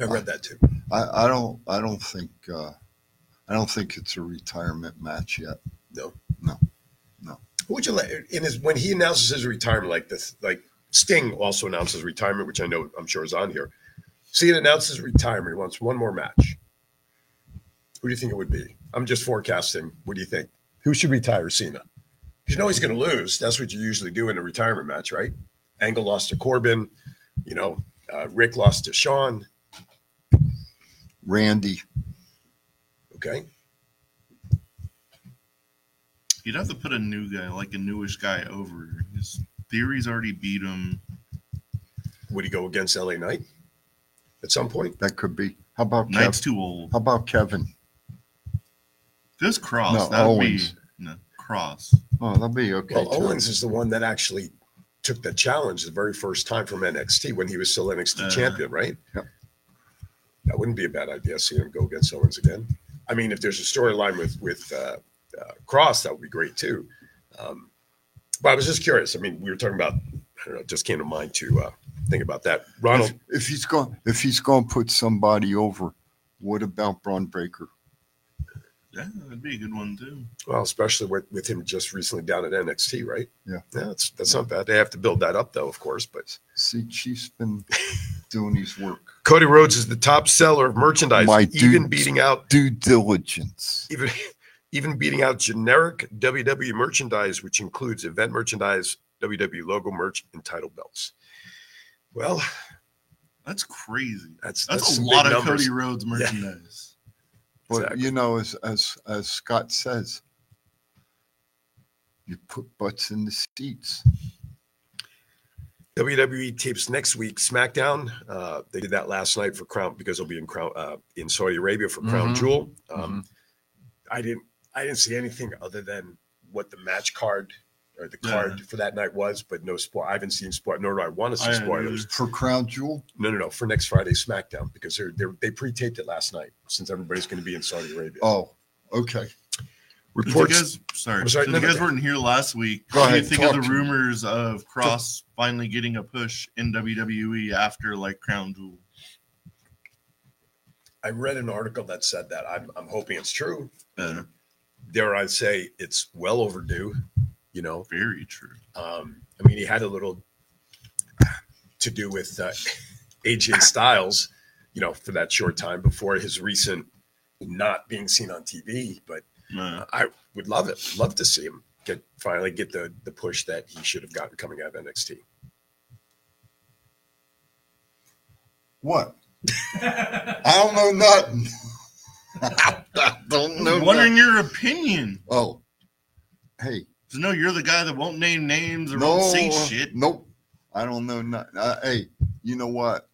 [SPEAKER 1] I read that too.
[SPEAKER 3] I, I don't. I don't think. Uh, I don't think it's a retirement match yet.
[SPEAKER 1] No.
[SPEAKER 3] No.
[SPEAKER 1] Who would you let in his when he announces his retirement like this? Like Sting also announces retirement, which I know I'm sure is on here. Cena announces retirement. He wants one more match. Who do you think it would be? I'm just forecasting. What do you think? Who should retire Cena? 'Cause You know he's going to lose. That's what you usually do in a retirement match, right? Angle lost to Corbin. You know, uh, Rick lost to Sean.
[SPEAKER 3] Randy,
[SPEAKER 1] Okay,
[SPEAKER 2] You'd have to put a new guy, like a newish guy, over. His theory's already beat him.
[SPEAKER 1] would he go against LA Knight at some point?
[SPEAKER 3] that could be. How about
[SPEAKER 2] Knight's
[SPEAKER 3] Kev?
[SPEAKER 2] too old.
[SPEAKER 3] How about Kevin?
[SPEAKER 2] This cross,
[SPEAKER 3] No,
[SPEAKER 2] that would be
[SPEAKER 3] Owens.
[SPEAKER 2] no, cross.
[SPEAKER 3] Oh, that'll be okay.
[SPEAKER 1] Well,
[SPEAKER 3] too.
[SPEAKER 1] Owens is the one that actually took the challenge the very first time from NXT when he was still NXT
[SPEAKER 2] Uh,
[SPEAKER 1] champion, right?
[SPEAKER 3] Uh-huh. yep.
[SPEAKER 1] That wouldn't be a bad idea seeing him go against Owens again. I mean, if there's a storyline with with uh, uh, Cross, that would be great too. Um, but I was just curious. I mean, we were talking about. I don't know. It just came to mind to uh, think about that.
[SPEAKER 3] If,
[SPEAKER 1] Ronald,
[SPEAKER 3] if he's going, if he's going to put somebody over, what about Braun Breaker?
[SPEAKER 2] Yeah, that'd be a good one too.
[SPEAKER 1] well, especially with, with him just recently down at NXT, right?
[SPEAKER 3] Yeah.
[SPEAKER 1] Yeah, that's that's not bad. They have to build that up though, of course, but.
[SPEAKER 3] See, Chief's been doing his work.
[SPEAKER 1] Cody Rhodes is the top seller of merchandise,
[SPEAKER 3] My
[SPEAKER 1] even
[SPEAKER 3] dudes.
[SPEAKER 1] beating out
[SPEAKER 3] Due diligence.
[SPEAKER 1] even even beating out generic WWE merchandise, which includes event merchandise, WWE logo merch, and title belts. Well,
[SPEAKER 2] That's crazy.
[SPEAKER 1] that's
[SPEAKER 2] That's,
[SPEAKER 1] that's,
[SPEAKER 2] a
[SPEAKER 1] some big
[SPEAKER 2] lot of
[SPEAKER 1] numbers.
[SPEAKER 2] Cody Rhodes merchandise.
[SPEAKER 3] But
[SPEAKER 1] Exactly.
[SPEAKER 3] you know, as as as Scott says, you put butts in the seats.
[SPEAKER 1] WWE E tapes next week. SmackDown. Uh, they did that last night for Crown because it'll be in Crown uh, in Saudi Arabia for Crown
[SPEAKER 2] Mm-hmm.
[SPEAKER 3] Mhm.
[SPEAKER 1] Jewel. Um, I didn't I didn't see anything other than what the match card or the
[SPEAKER 2] Yeah.
[SPEAKER 1] card for that night was, but no spoil. I haven't seen spoil, nor do I want to see
[SPEAKER 2] I haven't
[SPEAKER 1] spoilers.
[SPEAKER 2] either.
[SPEAKER 3] For Crown Jewel,
[SPEAKER 1] No, no, no. For next Friday SmackDown because they're, they're they pre-taped it last night since everybody's going to be in Saudi Arabia.
[SPEAKER 3] oh, okay.
[SPEAKER 2] Did
[SPEAKER 1] Reports.
[SPEAKER 2] you guys, sorry,
[SPEAKER 1] I'm sorry,
[SPEAKER 2] so
[SPEAKER 1] no,
[SPEAKER 2] you
[SPEAKER 1] no,
[SPEAKER 2] guys
[SPEAKER 1] no.
[SPEAKER 2] weren't here last week.
[SPEAKER 3] Go
[SPEAKER 2] what do you
[SPEAKER 3] ahead,
[SPEAKER 2] think of
[SPEAKER 3] talk
[SPEAKER 2] the
[SPEAKER 3] to me.
[SPEAKER 2] rumors of Cross finally getting a push in WWE after like Crown Jewel?
[SPEAKER 1] I read an article that said that. I'm I'm hoping it's true.
[SPEAKER 2] Uh,
[SPEAKER 1] Dare I say it's well overdue. You know,
[SPEAKER 2] very true.
[SPEAKER 1] Um, I mean, he had a little to do with uh, AJ Styles, you know, for that short time before his recent not being seen on TV. But
[SPEAKER 2] Uh,
[SPEAKER 1] I would love it, love to see him get finally get the the push that he should have gotten coming out of NXT.
[SPEAKER 3] What? I don't know nothing. I don't know.
[SPEAKER 2] I'm wondering
[SPEAKER 3] nothing.
[SPEAKER 2] your opinion.
[SPEAKER 3] Oh, hey,
[SPEAKER 2] 'Cause No, you're the guy that won't name names or
[SPEAKER 3] no,
[SPEAKER 2] won't say shit.
[SPEAKER 3] nope. I don't know nothing. Uh, hey, you know what?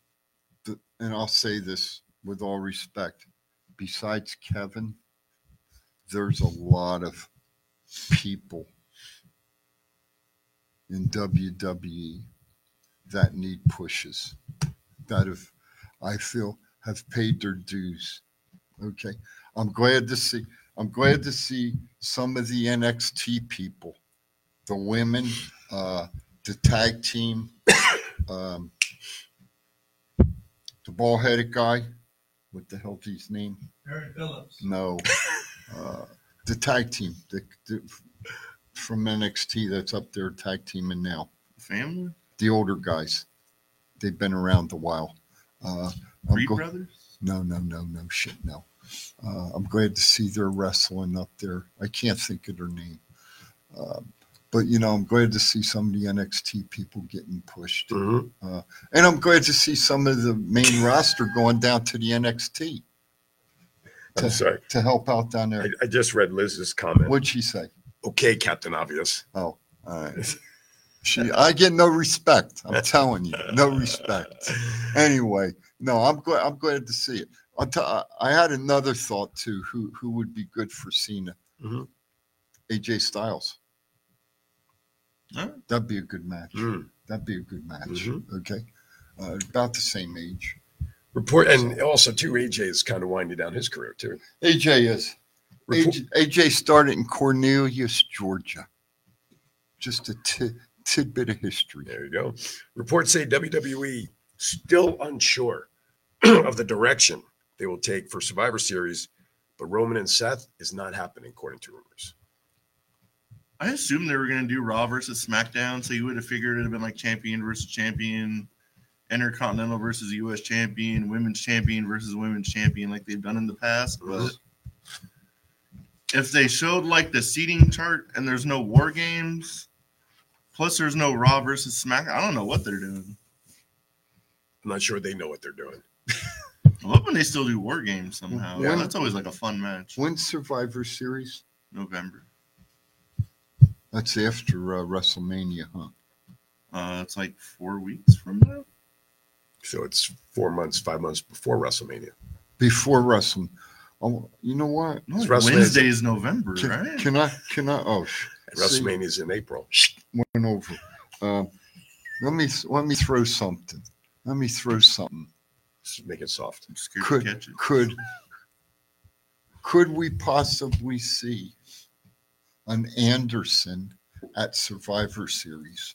[SPEAKER 3] The- and I'll say this with all respect. Besides Kevin, there's a lot of people in WWE that need pushes that have I feel have paid their dues. Okay. I'm glad to see I'm glad to see some of the NXT people, the women, uh, the tag team, um, the bald headed guy. What the hell's his name?
[SPEAKER 4] Aaron Phillips.
[SPEAKER 3] No. Uh, the tag team the, the, from NXT that's up there, tag teaming now
[SPEAKER 2] Family?
[SPEAKER 3] the older guys. They've been around a while. Uh, I'm
[SPEAKER 2] Reed
[SPEAKER 3] go-
[SPEAKER 2] Brothers?
[SPEAKER 3] no, no, no, no, shit, no. Uh, I'm glad to see they're wrestling up there. I can't think of their name. Uh, but, you know, I'm glad to see some of the NXT people getting pushed.
[SPEAKER 1] Mm-hmm.
[SPEAKER 2] Mm-hmm.
[SPEAKER 3] And I'm glad to see some of the main roster going down to the NXT
[SPEAKER 1] I'm sorry,
[SPEAKER 3] to help out down
[SPEAKER 1] I,
[SPEAKER 3] there.
[SPEAKER 1] I just read Liz's comment.
[SPEAKER 3] What'd she say?
[SPEAKER 1] Okay, Captain Obvious.
[SPEAKER 3] Oh, all right. She, I get no respect. I'm telling you, no respect. Anyway, no, I'm glad. I'm glad to see it. I'll t- i will I had another thought too. Who who would be good for Cena?
[SPEAKER 1] Mhm.
[SPEAKER 3] AJ Styles.
[SPEAKER 2] Huh?
[SPEAKER 3] That'd be a good match.
[SPEAKER 1] Mm.
[SPEAKER 3] That'd be a good match.
[SPEAKER 1] Mhm.
[SPEAKER 3] Okay, uh, about the same age.
[SPEAKER 1] Report and also too, AJ is kind of winding down his career too.
[SPEAKER 3] AJ is.
[SPEAKER 1] Report,
[SPEAKER 3] AJ, AJ started in Cornelius, Georgia. Just a ti tidbit of history.
[SPEAKER 1] There you go. Reports say WWE still unsure of the direction they will take for Survivor Series, but Roman and Seth is not happening, according to rumors.
[SPEAKER 2] I assumed they were going to do Raw versus SmackDown, so you would have figured it would have been like champion versus champion, Intercontinental versus U.S. champion, Women's champion versus Women's champion, like they've done in the past. But if they showed like the seating chart and there's no War Games, plus there's no Raw versus Smack, I don't know what they're doing.
[SPEAKER 1] I'm not sure they know what they're doing.
[SPEAKER 2] I love when they still do War Games somehow.
[SPEAKER 3] Yeah.
[SPEAKER 2] That's always like a fun match.
[SPEAKER 3] When Survivor Series?
[SPEAKER 2] November.
[SPEAKER 3] That's after uh, WrestleMania, huh?
[SPEAKER 2] Uh, it's like four weeks from now.
[SPEAKER 1] So it's four months, five months before WrestleMania.
[SPEAKER 3] Before Wrestling, Oh, you know what?
[SPEAKER 1] It's WrestleMania.
[SPEAKER 2] Wednesday is November,
[SPEAKER 3] Can,
[SPEAKER 2] right?
[SPEAKER 3] can I? Can I? Oh, sh- see,
[SPEAKER 1] WrestleMania's in April.
[SPEAKER 3] went over. Um, let me let me throw something. Let me throw something.
[SPEAKER 1] Just Make it soft.
[SPEAKER 2] I'm scared
[SPEAKER 3] could
[SPEAKER 2] to catch it.
[SPEAKER 3] could could we possibly see an Anderson at Survivor Series?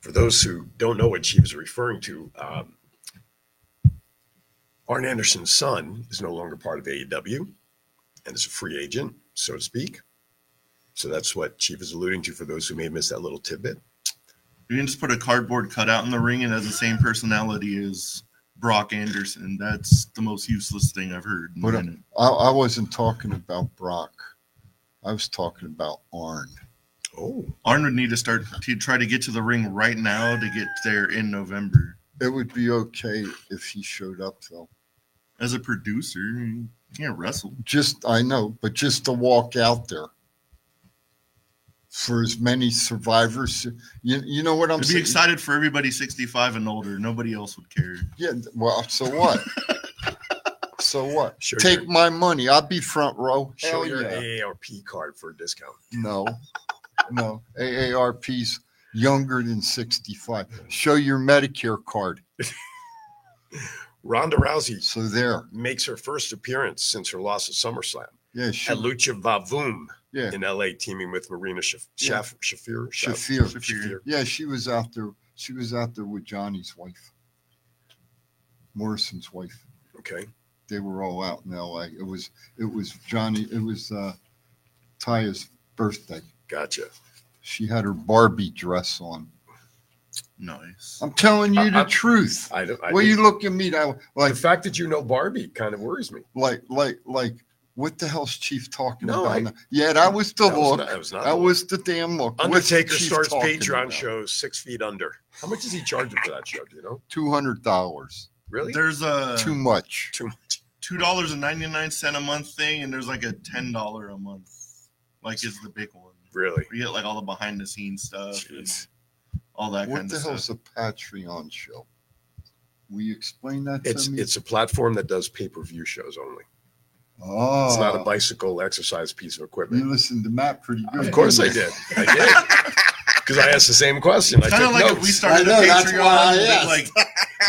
[SPEAKER 1] For those who don't know what she was referring to, um, Arn Anderson's son is no longer part of AEW and is a free agent, so to speak. So that's what Chief is alluding to for those who may have missed that little tidbit.
[SPEAKER 2] You can just put a cardboard cutout in the ring and it has the same personality as Brock Anderson. That's the most useless thing I've heard. in a
[SPEAKER 3] But, uh,
[SPEAKER 2] minute.
[SPEAKER 3] I, I wasn't talking about Brock. I was talking about Arn.
[SPEAKER 1] Oh,
[SPEAKER 2] Arn would need to start to try to get to the ring right now to get there in November.
[SPEAKER 3] It would be okay if he showed up though.
[SPEAKER 2] As a producer, you can't wrestle.
[SPEAKER 3] Just I know, but just to walk out there for as many survivors. You, you know what I'm
[SPEAKER 2] I'd be
[SPEAKER 3] saying?
[SPEAKER 2] excited for everybody 65 and older. Nobody else would care.
[SPEAKER 3] Yeah, well, so what? so what?
[SPEAKER 1] Sure,
[SPEAKER 3] Take
[SPEAKER 1] sure.
[SPEAKER 3] my money. I'll be front row.
[SPEAKER 1] show
[SPEAKER 3] Hell
[SPEAKER 1] your
[SPEAKER 3] yeah.
[SPEAKER 1] AARP card for a discount.
[SPEAKER 3] No, no. AARP's younger than 65. Show your Medicare card.
[SPEAKER 1] Ronda Rousey
[SPEAKER 3] So there.
[SPEAKER 1] makes her first appearance since her loss at SummerSlam
[SPEAKER 3] Yeah,
[SPEAKER 1] at
[SPEAKER 3] Sha-
[SPEAKER 1] Lucha Vavoom
[SPEAKER 3] yeah.
[SPEAKER 1] in LA, teaming with Marina Shaf-
[SPEAKER 3] Yeah.
[SPEAKER 1] Shaf- Shafir. Shaf-
[SPEAKER 3] Shafir.
[SPEAKER 2] Shafir.
[SPEAKER 3] Yeah, she was out there. She was out there with Johnny's wife, Morrison's wife.
[SPEAKER 1] Okay.
[SPEAKER 3] They were all out in L.A. It was it was Johnny. It was uh, Taya's birthday.
[SPEAKER 1] Gotcha.
[SPEAKER 3] She had her Barbie dress on.
[SPEAKER 2] Nice.
[SPEAKER 3] I'm telling you the
[SPEAKER 1] I- I-
[SPEAKER 3] truth.
[SPEAKER 1] I don't. I
[SPEAKER 3] Well,
[SPEAKER 1] think-
[SPEAKER 3] you look at me that way, like,
[SPEAKER 1] the fact that you know Barbie kind of worries me.
[SPEAKER 3] like, like, like, what the hell's Chief talking
[SPEAKER 1] No,
[SPEAKER 3] about?
[SPEAKER 1] I-
[SPEAKER 3] now? yeah, that was the
[SPEAKER 1] That was
[SPEAKER 3] look.
[SPEAKER 1] not- that was not
[SPEAKER 3] Oh, that
[SPEAKER 1] the look.
[SPEAKER 3] was the damn look. What's
[SPEAKER 1] Undertaker
[SPEAKER 3] Chief
[SPEAKER 1] starts
[SPEAKER 3] talking
[SPEAKER 1] Patreon
[SPEAKER 3] about?
[SPEAKER 1] show six feet under. How much is he charging for that show? Do you know?
[SPEAKER 3] Two hundred dollars.
[SPEAKER 1] Really?
[SPEAKER 2] There's
[SPEAKER 1] Uh,
[SPEAKER 2] a
[SPEAKER 3] Too much.
[SPEAKER 1] Too much.
[SPEAKER 2] two dollars and ninety nine cent a month thing, and there's like a ten dollar a month. Like is the big one.
[SPEAKER 1] Really?
[SPEAKER 2] We get like all the behind the scenes stuff, and
[SPEAKER 1] Jeez.
[SPEAKER 2] all that
[SPEAKER 3] What
[SPEAKER 2] kind
[SPEAKER 3] the
[SPEAKER 2] of stuff.
[SPEAKER 3] hell's a Patreon show? Will you explain that to
[SPEAKER 1] It's
[SPEAKER 3] me?
[SPEAKER 1] it's a platform that does pay per view shows only.
[SPEAKER 3] oh,
[SPEAKER 1] It's not a bicycle exercise piece of
[SPEAKER 3] You
[SPEAKER 1] equipment.
[SPEAKER 3] listened to Matt pretty good.
[SPEAKER 1] Of course I
[SPEAKER 3] didn't you?
[SPEAKER 1] did. I did. Because I asked the same question. I
[SPEAKER 2] It's kind of
[SPEAKER 1] took
[SPEAKER 2] like if
[SPEAKER 1] notes.
[SPEAKER 2] we started
[SPEAKER 3] I know,
[SPEAKER 2] a
[SPEAKER 3] that's
[SPEAKER 2] Patreon.
[SPEAKER 3] why I
[SPEAKER 2] we'd
[SPEAKER 3] asked.
[SPEAKER 2] like,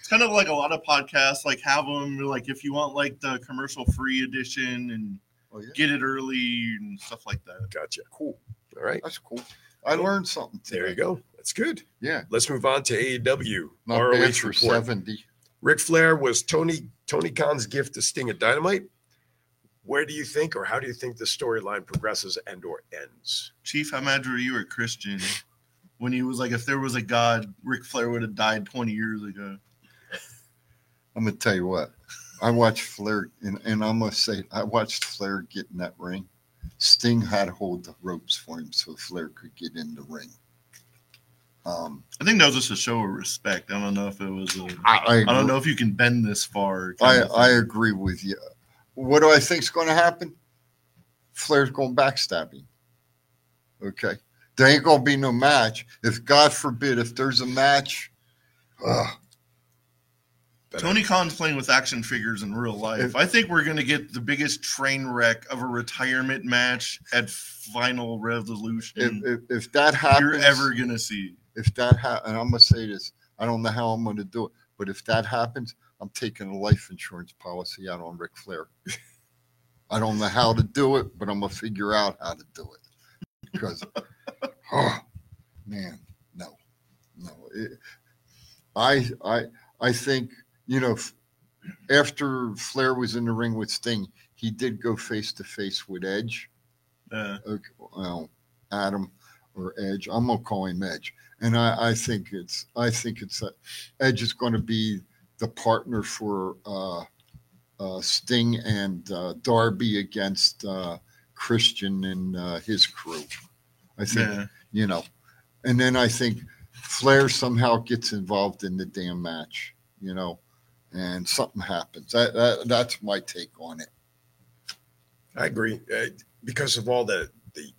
[SPEAKER 2] it's kind of like a lot of podcasts. Like have them like if you want like the commercial free edition and
[SPEAKER 3] Oh, yeah.
[SPEAKER 2] get it early and stuff like that.
[SPEAKER 1] gotcha.
[SPEAKER 3] Cool.
[SPEAKER 1] All right.
[SPEAKER 3] That's cool. I learned something today.
[SPEAKER 1] There you go. That's good.
[SPEAKER 3] Yeah,
[SPEAKER 1] Let's move on to E AEW.
[SPEAKER 3] not
[SPEAKER 1] ROH
[SPEAKER 3] bad for
[SPEAKER 1] report.
[SPEAKER 3] seventy.
[SPEAKER 1] Ric Flair was Tony Tony Khan's gift to Sting at Dynamite. Where do you think, or how do you think the storyline progresses and/or ends?
[SPEAKER 2] Chief, I'm mad were you a Christian when he was like, if there was a God, Ric Flair would have died 20 years ago.
[SPEAKER 3] I'm gonna tell you what. I watched Flair, and, and I'm gonna say I watched Flair get in that ring. Sting had to hold the ropes for him so Flair could get in the ring. Um,
[SPEAKER 2] I think that was just a show of respect. I don't know if it was. A,
[SPEAKER 3] I I,
[SPEAKER 2] I don't know if you can bend this far.
[SPEAKER 3] I,
[SPEAKER 2] kind of
[SPEAKER 3] I
[SPEAKER 2] thing.
[SPEAKER 3] agree with you. What do I think's going to happen? Flair's going backstabbing. Okay, there ain't going to be no match. If God forbid, if there's a match, ugh,
[SPEAKER 2] Tony Khan's playing with action figures in real life. I think we're going to get the biggest train wreck of a retirement match at Final
[SPEAKER 3] if,
[SPEAKER 2] Revolution
[SPEAKER 3] if if that
[SPEAKER 2] Mm.
[SPEAKER 3] happens,
[SPEAKER 2] you're ever going to see.
[SPEAKER 3] if that ha- and I'm gonna say this, I don't know how I'm gonna do it, but if that happens, I'm taking a life insurance policy out on Ric Flair. I don't know how to do it, but I'm gonna figure out how to do it because, oh man, no, no. It, I I I think you know f- after Flair was in the ring with Sting, he did go face to face with Edge
[SPEAKER 2] Uh,
[SPEAKER 3] okay, well, Adam or Edge. I'm gonna call him Edge, and I, I think it's I think it's uh, Edge is going to be the partner for uh, uh, Sting and uh, Darby against uh, Christian and uh, his crew. I think
[SPEAKER 2] yeah.
[SPEAKER 3] you know, and then I think Flair somehow gets involved in the damn match, you know, and something happens. That, that that's my take on it.
[SPEAKER 1] I agree uh, because of all the the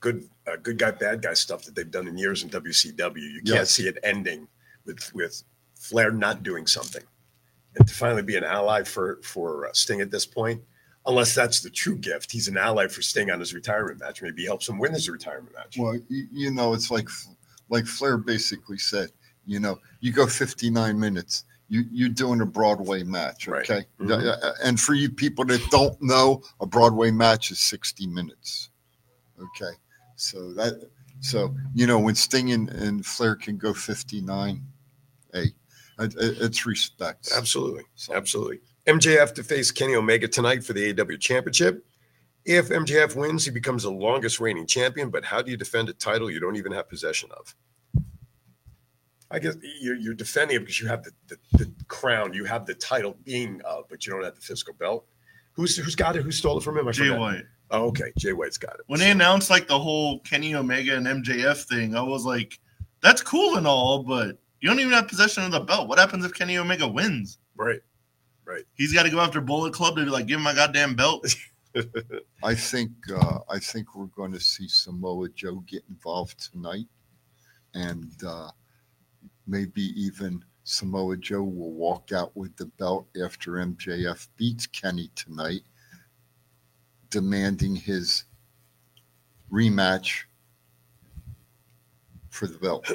[SPEAKER 1] good uh, good guy bad guy stuff that they've done in years in WCW. You can't
[SPEAKER 3] Yes.
[SPEAKER 1] see it ending with with Flair not doing something. and to finally be an ally for for uh, Sting at this point, unless that's the true gift. He's an ally for Sting on his retirement match. Maybe he helps him win his retirement match.
[SPEAKER 3] Well, you, you know, it's like like Flair basically said. You know, you go 59 minutes. You you're doing a Broadway match,
[SPEAKER 1] Right.
[SPEAKER 3] okay?
[SPEAKER 1] Mhm.
[SPEAKER 3] Yeah, yeah, And for you people that don't know, a Broadway match is 60 minutes, okay? So that so you know when Sting and, and Flair can go 59, hey, it, it- it's respect.
[SPEAKER 1] Absolutely. Absolutely. MJF to face Kenny Omega tonight for the AW Championship. If MJF wins, he becomes the longest reigning champion. But how do you defend a title you don't even have possession of? I guess you're, you're defending it because you have the, the, the crown, you have the title being of, but you don't have the physical belt. Who's who's got it? Who stole it from him? I
[SPEAKER 2] Jay
[SPEAKER 1] forgot.
[SPEAKER 2] White.
[SPEAKER 1] Oh, okay, Jay White's got it.
[SPEAKER 2] When they announced like the whole Kenny Omega and MJF thing, I was like, that's cool and all, but you don't even have possession of the belt. What happens if Kenny Omega wins?
[SPEAKER 1] right.
[SPEAKER 2] He's got to go after Bullet Club to be like, give him my goddamn belt.
[SPEAKER 3] I think uh, I think we're going to see Samoa Joe get involved tonight, and uh, maybe even Samoa Joe will walk out with the belt after MJF beats Kenny tonight, demanding his rematch for the belt.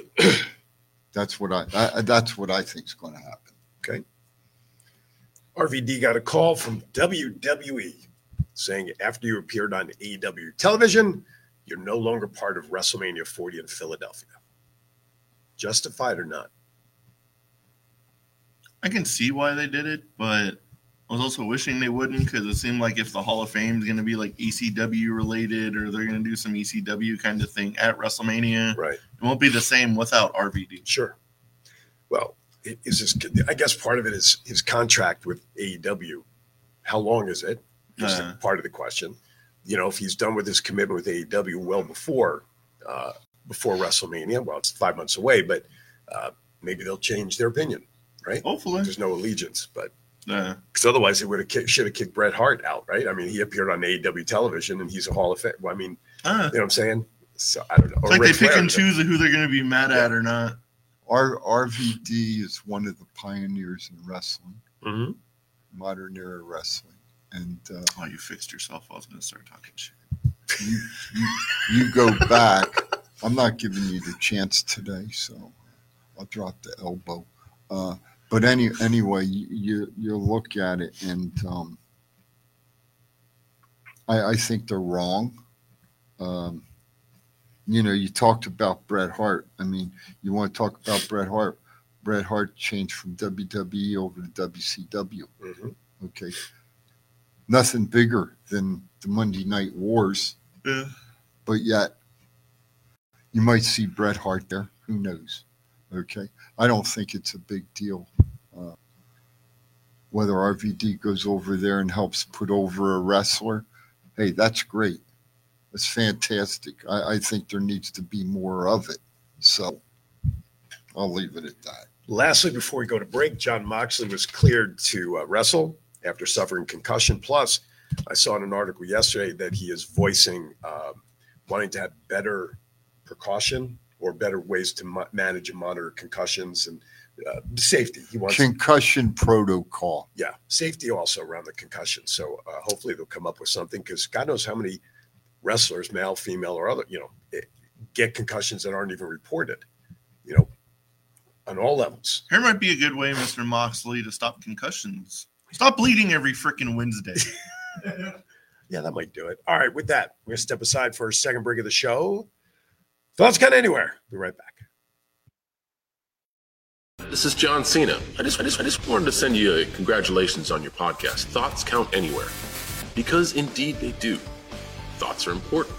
[SPEAKER 3] that's what I, I that's what I think is going to happen.
[SPEAKER 1] RVD got a call from WWE saying after you appeared on AEW television, you're no longer part of WrestleMania 40 in Philadelphia. Justified or not?
[SPEAKER 2] I can see why they did it, but I was also wishing they wouldn't because it seemed like if the Hall of Fame is going to be like ECW related or they're going to do some E ECW kind of thing at WrestleMania,
[SPEAKER 1] Right.
[SPEAKER 2] it won't be the same without RVD.
[SPEAKER 1] Sure. Well, it is this, I guess part of it is his contract with AEW. How long is it? Is
[SPEAKER 2] Uh.
[SPEAKER 1] part of the question. You know, if he's done with his commitment with AEW well before uh, before WrestleMania, well, it's five months away, but uh, maybe they'll change their opinion.
[SPEAKER 2] Hopefully.
[SPEAKER 1] There's no allegiance, but
[SPEAKER 2] Yeah.
[SPEAKER 1] Because otherwise, it would have should have kicked Bret Hart out, right? I mean, he appeared on AEW television, and he's a Hall of Fame. Well, I mean, you
[SPEAKER 2] Ah,
[SPEAKER 1] know what I'm saying? So I don't know.
[SPEAKER 2] it's
[SPEAKER 1] Or
[SPEAKER 2] like they
[SPEAKER 1] Ric
[SPEAKER 2] pick
[SPEAKER 1] Flair,
[SPEAKER 2] and choose who they're going to be mad at or not.
[SPEAKER 3] R, RVD is one of the pioneers in wrestling.
[SPEAKER 1] Mhm.
[SPEAKER 3] modern era wrestling. And uh,
[SPEAKER 2] Oh, you fixed yourself. I was going to start talking shit.
[SPEAKER 3] you, you, you go back. I'm not giving you the chance today, so I'll drop the elbow. Uh, but any anyway, you, you you look at it, and um, I, I think they're wrong. Um, you know, you talked about Bret Hart. I mean, you want to talk about Bret Hart? Bret Hart changed from WWE over to WCW.
[SPEAKER 1] Mhm.
[SPEAKER 3] Okay. Nothing bigger than the Monday Night Wars,
[SPEAKER 2] Yeah.
[SPEAKER 3] but yet you might see Bret Hart there. Who knows? Okay. I don't think it's a big deal. Uh, whether RVD goes over there and helps put over a wrestler, hey, that's great. That's fantastic. I, I think there needs to be more of it. So I'll leave it at that.
[SPEAKER 1] Lastly, before we go to break, John Moxley was cleared to uh, wrestle after suffering concussion. Plus, I saw in an article yesterday that he is voicing um, wanting to have better precaution or better ways to mo- manage and monitor concussions and uh, safety. He wants,
[SPEAKER 3] Concussion protocol.
[SPEAKER 1] yeah, safety also around the concussion. So uh, hopefully they'll come up with something because God knows how many wrestlers, male, female, or other, you know, eh, get concussions that aren't even reported. You know, on all levels.
[SPEAKER 2] Here might be a good way, Mr. Moxley, to stop concussions. Stop bleeding every freaking Wednesday.
[SPEAKER 1] Yeah, that might do it. All right, with that, we're gonna step aside for a second break of the show. Thoughts kind anywhere. Be right back.
[SPEAKER 10] This is John Cena. I just, I just, I just wanted to send you a congratulations on your podcast. Thoughts count anywhere, because indeed they do. Thoughts are important.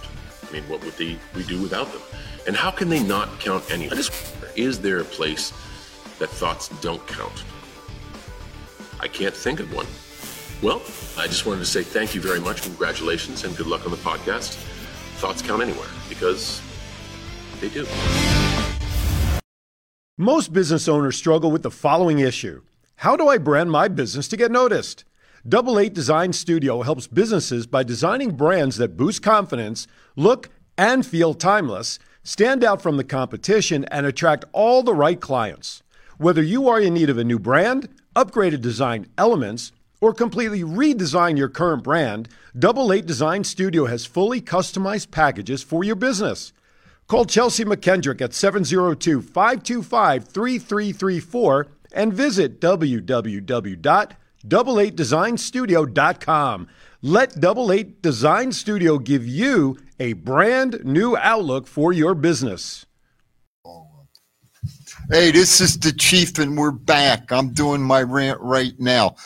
[SPEAKER 10] I mean, what would they we do without them? And how can they not count anywhere? I just wonder, is there a place that thoughts don't count? I can't think of one. Well, I just wanted to say thank you very much, congratulations, and good luck on the podcast. Thoughts count anywhere because they do.
[SPEAKER 11] Most business owners struggle with the following issue How do I brand my business to get noticed? Double Eight Design Studio helps businesses by designing brands that boost confidence, look and feel timeless, stand out from the competition, and attract all the right clients. Whether you are in need of a new brand, upgraded design elements, or completely redesign your current brand, Double Eight Design Studio has fully customized packages for your business. Call Chelsea McKendrick at 702 525 3334 and visit www.doubleightdesignstudio.com. Let Double Eight Design Studio give you a brand new outlook for your business.
[SPEAKER 3] Hey, this is the chief, and we're back. I'm doing my rant right now.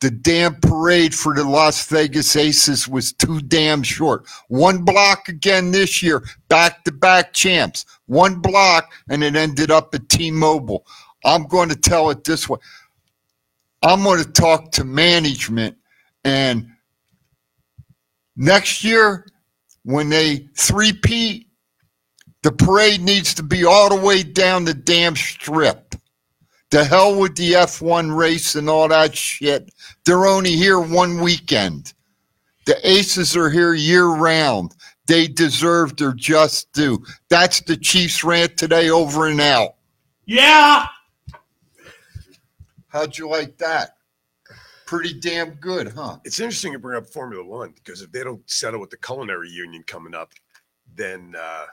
[SPEAKER 3] The damn parade for the Las Vegas Aces was too damn short. One block again this year, back to back champs. One block, and it ended up at T Mobile. I'm going to tell it this way I'm going to talk to management, and next year, when they three-peat, the parade needs to be all the way down the damn strip. The hell with the F1 race and all that shit. They're only here one weekend. The Aces are here year round. They deserve their just due. That's the Chiefs rant today, over and out.
[SPEAKER 4] Yeah.
[SPEAKER 3] How'd you like that? Pretty damn good, huh?
[SPEAKER 1] It's interesting you bring up Formula One because if they don't settle with the culinary union coming up, then uh,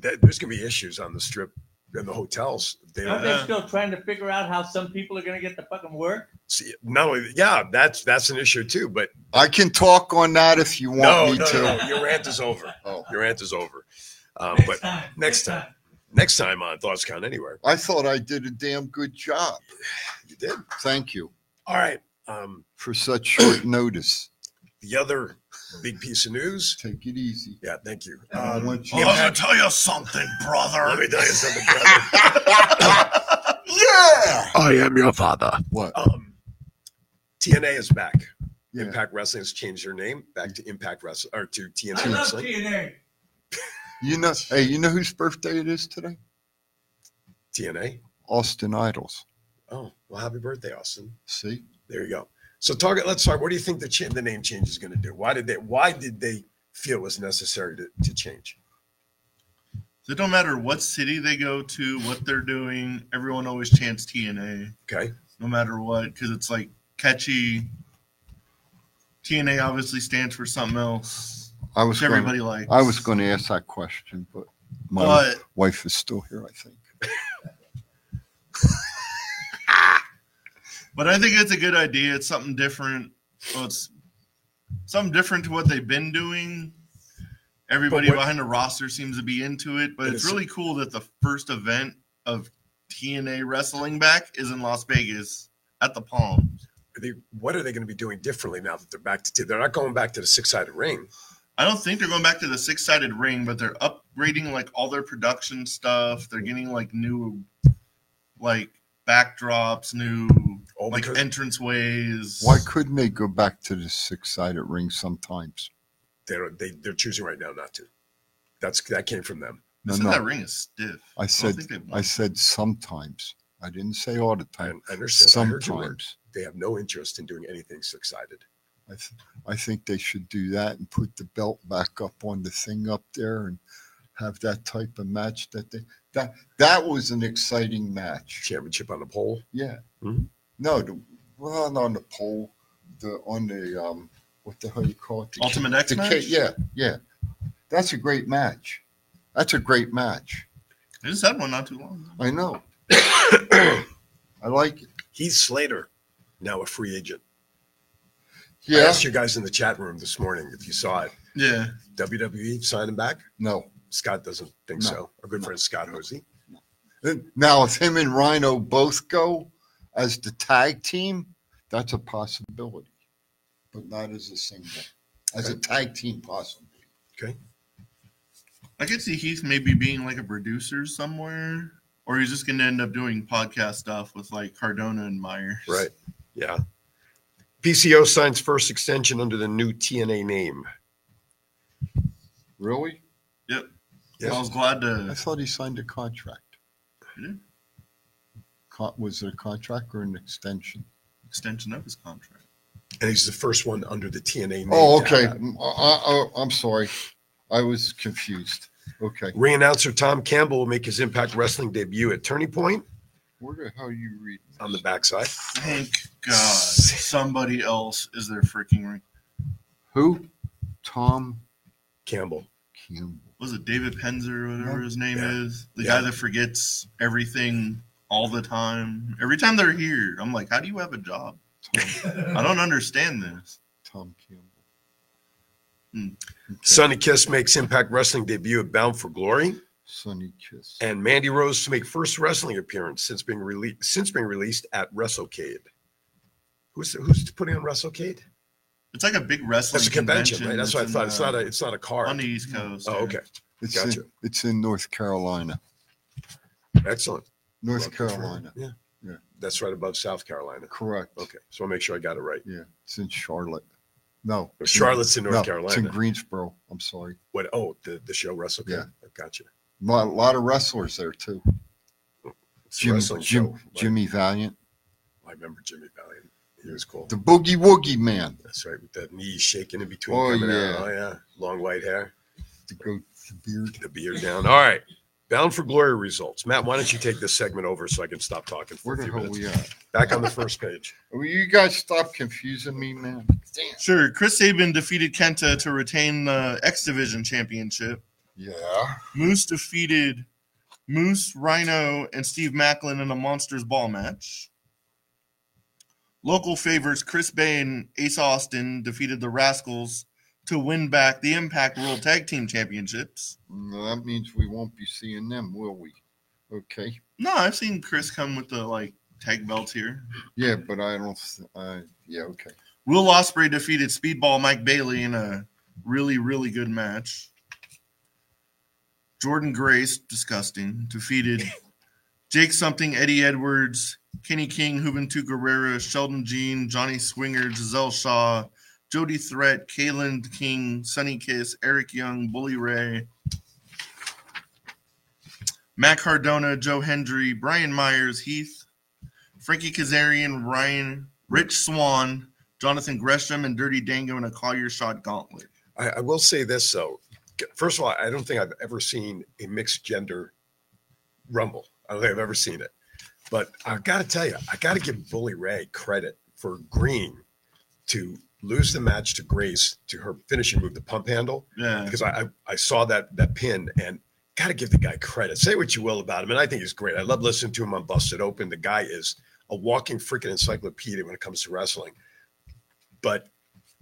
[SPEAKER 1] that there's going to be issues on the strip and the hotels. They
[SPEAKER 4] Aren't they still trying to figure out how some people are going to get the fucking work?
[SPEAKER 1] see, not only yeah, that's that's an issue too. But
[SPEAKER 3] I can talk on that if you want
[SPEAKER 1] no,
[SPEAKER 3] me
[SPEAKER 1] no,
[SPEAKER 3] to. Oh,
[SPEAKER 1] no, no, your rant is over. Your rant is over. Um, but next time, next time on Thoughts Count Anywhere.
[SPEAKER 3] I thought I did a damn good job.
[SPEAKER 1] You did.
[SPEAKER 3] Thank you
[SPEAKER 1] All right. Um,
[SPEAKER 3] for such short notice.
[SPEAKER 1] the other big piece of news.
[SPEAKER 3] Take it easy.
[SPEAKER 1] Yeah, thank you.
[SPEAKER 3] I want you-
[SPEAKER 1] the
[SPEAKER 3] I wanna
[SPEAKER 1] impact-
[SPEAKER 2] tell you something, brother.
[SPEAKER 1] Let me tell you something, brother.
[SPEAKER 3] yeah.
[SPEAKER 10] I am your father.
[SPEAKER 3] What?
[SPEAKER 1] Um, TNA is back.
[SPEAKER 3] Yeah.
[SPEAKER 1] Impact Wrestling has changed their name back to Impact Wrestling or to TNA
[SPEAKER 4] I love
[SPEAKER 1] Wrestling.
[SPEAKER 4] TNA.
[SPEAKER 3] You know, hey, you know whose birthday it is today?
[SPEAKER 1] TNA.
[SPEAKER 3] Austin Idols.
[SPEAKER 1] Oh, well, happy birthday, Austin.
[SPEAKER 3] See?
[SPEAKER 1] There you go. So, target. Let's start. What do you think the cha- the name change is going to do? Why did they Why did they feel it was necessary to, to change?
[SPEAKER 2] It don't matter what city they go to, what they're doing. Everyone always chants TNA,
[SPEAKER 1] Okay.
[SPEAKER 2] no matter what, because it's like catchy. TNA obviously stands for something else.
[SPEAKER 3] I was
[SPEAKER 2] which everybody
[SPEAKER 3] gonna,
[SPEAKER 2] likes.
[SPEAKER 3] I was going to ask that question, but my
[SPEAKER 1] Uh,
[SPEAKER 2] But-
[SPEAKER 3] wife is still here. I think.
[SPEAKER 2] But I think it's a good idea. It's something different. Well, it's something different to what they've been doing. Everybody
[SPEAKER 1] what-
[SPEAKER 2] behind the roster seems to be into it, but
[SPEAKER 1] But
[SPEAKER 2] it's
[SPEAKER 1] it's-
[SPEAKER 2] really cool that the first event of TNA wrestling back is in Las Vegas at the Palm.
[SPEAKER 1] Are they, what are they going to be doing differently now that they're back to? They're not going back to the six sided ring.
[SPEAKER 2] I don't think they're going back to the six sided ring, but they're upgrading like all their production stuff. They're getting like new, like backdrops, new
[SPEAKER 1] Oh,
[SPEAKER 2] like
[SPEAKER 1] because-
[SPEAKER 2] entrance ways.
[SPEAKER 3] Why couldn't they go back to the six-sided ring sometimes?
[SPEAKER 1] They're they, they're choosing right now not to. That's that came from them.
[SPEAKER 2] I
[SPEAKER 3] No,
[SPEAKER 2] said
[SPEAKER 3] no.
[SPEAKER 2] that ring is stiff.
[SPEAKER 3] I
[SPEAKER 2] don't
[SPEAKER 3] said
[SPEAKER 2] think they've
[SPEAKER 3] I said sometimes. I didn't say all the
[SPEAKER 1] I,
[SPEAKER 3] time.
[SPEAKER 1] I understand. I heard your word.
[SPEAKER 3] Sometimes.
[SPEAKER 1] They have no interest in doing anything six sided.
[SPEAKER 3] I, th- I think they should do that and put the belt back up on the thing up there and have that type of match that they that that was an exciting match.
[SPEAKER 1] Championship on the pole.
[SPEAKER 3] Yeah.
[SPEAKER 2] Mm-hmm.
[SPEAKER 1] Mhm.
[SPEAKER 3] No, the, well, not on the pole, the on the um, what the hell you call it? The ca-
[SPEAKER 2] Ultimate X
[SPEAKER 3] the ca-
[SPEAKER 2] match?
[SPEAKER 3] Yeah, yeah. That's a great match. That's a great match.
[SPEAKER 2] I just had one not too long. ago.
[SPEAKER 3] I know. I like it.
[SPEAKER 1] Heath Slater, now a free agent. I
[SPEAKER 3] Yeah.
[SPEAKER 1] asked you guys in the chat room this morning if you saw it.
[SPEAKER 2] Yeah.
[SPEAKER 1] WWE sign him back.
[SPEAKER 3] No.
[SPEAKER 1] Scott doesn't think
[SPEAKER 3] No.
[SPEAKER 1] so. Our good friend Scott Hosey.
[SPEAKER 3] Now, if him and Rhino both go as the tag team, that's a possibility, but not as a single, as a tag team possibility.
[SPEAKER 2] I could see Heath maybe being like a producer somewhere, or he's just going to end up doing podcast stuff with like Cardona and Myers.
[SPEAKER 1] Right. Yeah. PCO signs first extension under the new TNA name.
[SPEAKER 3] Really?
[SPEAKER 2] Yep.
[SPEAKER 1] Yes.
[SPEAKER 2] I was glad
[SPEAKER 3] I
[SPEAKER 2] to.
[SPEAKER 3] thought he signed a contract.
[SPEAKER 2] Yeah.
[SPEAKER 3] Hmm? Con- was it a contract or an extension?
[SPEAKER 2] Extension of his contract.
[SPEAKER 1] And he's the first one under the TNA name.
[SPEAKER 3] Oh,
[SPEAKER 1] to have
[SPEAKER 3] okay.
[SPEAKER 1] that.
[SPEAKER 3] Mm, I, I, I'm sorry. I was confused. Okay.
[SPEAKER 1] Ring announcer Tom Campbell will make his Impact Wrestling debut at Turning Point.
[SPEAKER 3] Where the hell you read?
[SPEAKER 1] On the backside.
[SPEAKER 2] Thank God somebody else is their freaking ring.
[SPEAKER 3] Who? Tom
[SPEAKER 1] Campbell.
[SPEAKER 3] Campbell.
[SPEAKER 2] Was it David Penzer or whatever his name
[SPEAKER 1] Yeah.
[SPEAKER 2] is? The
[SPEAKER 1] Yeah.
[SPEAKER 2] guy that forgets everything all the time. Every time they're here, I'm like, how do you have a job? I don't understand this.
[SPEAKER 3] Tom Campbell.
[SPEAKER 1] Sonny Kiss makes Impact Wrestling debut at Bound for Glory,
[SPEAKER 3] Sonny Kiss.
[SPEAKER 1] and Mandy Rose to make first wrestling appearance since being released since being released at WrestleCade. Who's who's putting on WrestleCade?
[SPEAKER 2] It's like a big wrestling
[SPEAKER 1] That's a convention, right? That's what I
[SPEAKER 2] that's
[SPEAKER 1] thought.
[SPEAKER 2] in,
[SPEAKER 1] It's not a it's not
[SPEAKER 2] uh,
[SPEAKER 1] a card.
[SPEAKER 2] on the East Coast.
[SPEAKER 1] Oh,
[SPEAKER 2] yeah.
[SPEAKER 1] okay.
[SPEAKER 3] It's
[SPEAKER 1] Gotcha.
[SPEAKER 3] in, it's in North Carolina.
[SPEAKER 1] Excellent.
[SPEAKER 3] North
[SPEAKER 1] Well,
[SPEAKER 3] Carolina.
[SPEAKER 1] Yeah.
[SPEAKER 3] Yeah.
[SPEAKER 1] That's right above South Carolina.
[SPEAKER 3] Correct.
[SPEAKER 1] Okay. So I'll make sure I got it right.
[SPEAKER 3] Yeah. It's in Charlotte. No. it's
[SPEAKER 1] Oh, Charlotte's in North
[SPEAKER 3] no, It's in
[SPEAKER 1] Carolina.
[SPEAKER 3] Greensboro. I'm sorry.
[SPEAKER 1] What oh the, the show WrestleCade?
[SPEAKER 3] Yeah.
[SPEAKER 1] Gotcha.
[SPEAKER 3] A lot, lot of wrestlers there too.
[SPEAKER 1] It's a
[SPEAKER 3] Jimmy,
[SPEAKER 1] wrestling
[SPEAKER 3] Jim,
[SPEAKER 1] show. oh, right?
[SPEAKER 3] Jimmy Valiant,
[SPEAKER 1] I remember Jimmy Valiant. He was cool.
[SPEAKER 3] the Boogie Woogie Man,
[SPEAKER 1] That's right, with that knee shaking in between.
[SPEAKER 3] Oh,
[SPEAKER 1] coming out.
[SPEAKER 3] yeah.
[SPEAKER 1] Oh, yeah. Long white hair,
[SPEAKER 3] the goat, the beard.
[SPEAKER 1] the beard down. All right. Bound for Glory results. Matt, why don't you take this segment over so I can stop talking for
[SPEAKER 3] Where
[SPEAKER 1] a
[SPEAKER 3] the
[SPEAKER 1] few
[SPEAKER 3] hell
[SPEAKER 1] minutes?
[SPEAKER 3] we at?
[SPEAKER 1] Back on the first page.
[SPEAKER 3] Will you guys stop confusing me, man? Damn.
[SPEAKER 2] Sure. Chris Sabin defeated Kenta to retain the X Division Championship.
[SPEAKER 3] Yeah.
[SPEAKER 2] Moose defeated Moose, Rhino, and Steve Macklin in a Monsters Ball match. Local favorites Chris Bay and Ace Austin defeated the Rascals to win back the Impact World Tag Team Championships.
[SPEAKER 3] No, that means we won't be seeing them, will we? Okay.
[SPEAKER 2] No, I've seen Chris come with the like tag belts here.
[SPEAKER 3] Yeah, but I don't. th- I yeah. Okay.
[SPEAKER 2] Will Osprey defeated Speedball Mike Bailey in a really, really good match. Jordan Grace, disgusting, defeated Jake Something, Eddie Edwards, Kenny King, Juventud Guerrera, Sheldon Jean, Johnny Swinger, Giselle Shaw, Jody Threat, Kalen King, Sunny Kiss, Eric Young, Bully Ray, Matt Cardona, Joe Hendry, Brian Myers, Heath, Frankie Kazarian, Ryan, Rich Swan, Jonathan Gresham, and Dirty Dango in a Collier Shot Gauntlet.
[SPEAKER 1] I, I will say this, though. First of all, I don't think I've ever seen a mixed gender rumble. I don't think I've ever seen it. But I got to tell you, I got to give Bully Ray credit for agreeing to lose the match to Grace to her finishing move, the pump handle.
[SPEAKER 2] Yeah.
[SPEAKER 1] because I, I I saw that that pin and got to give the guy credit. Say what you will about him, and I think he's great. I love listening to him on Busted Open. The guy is a walking freaking encyclopedia when it comes to wrestling. But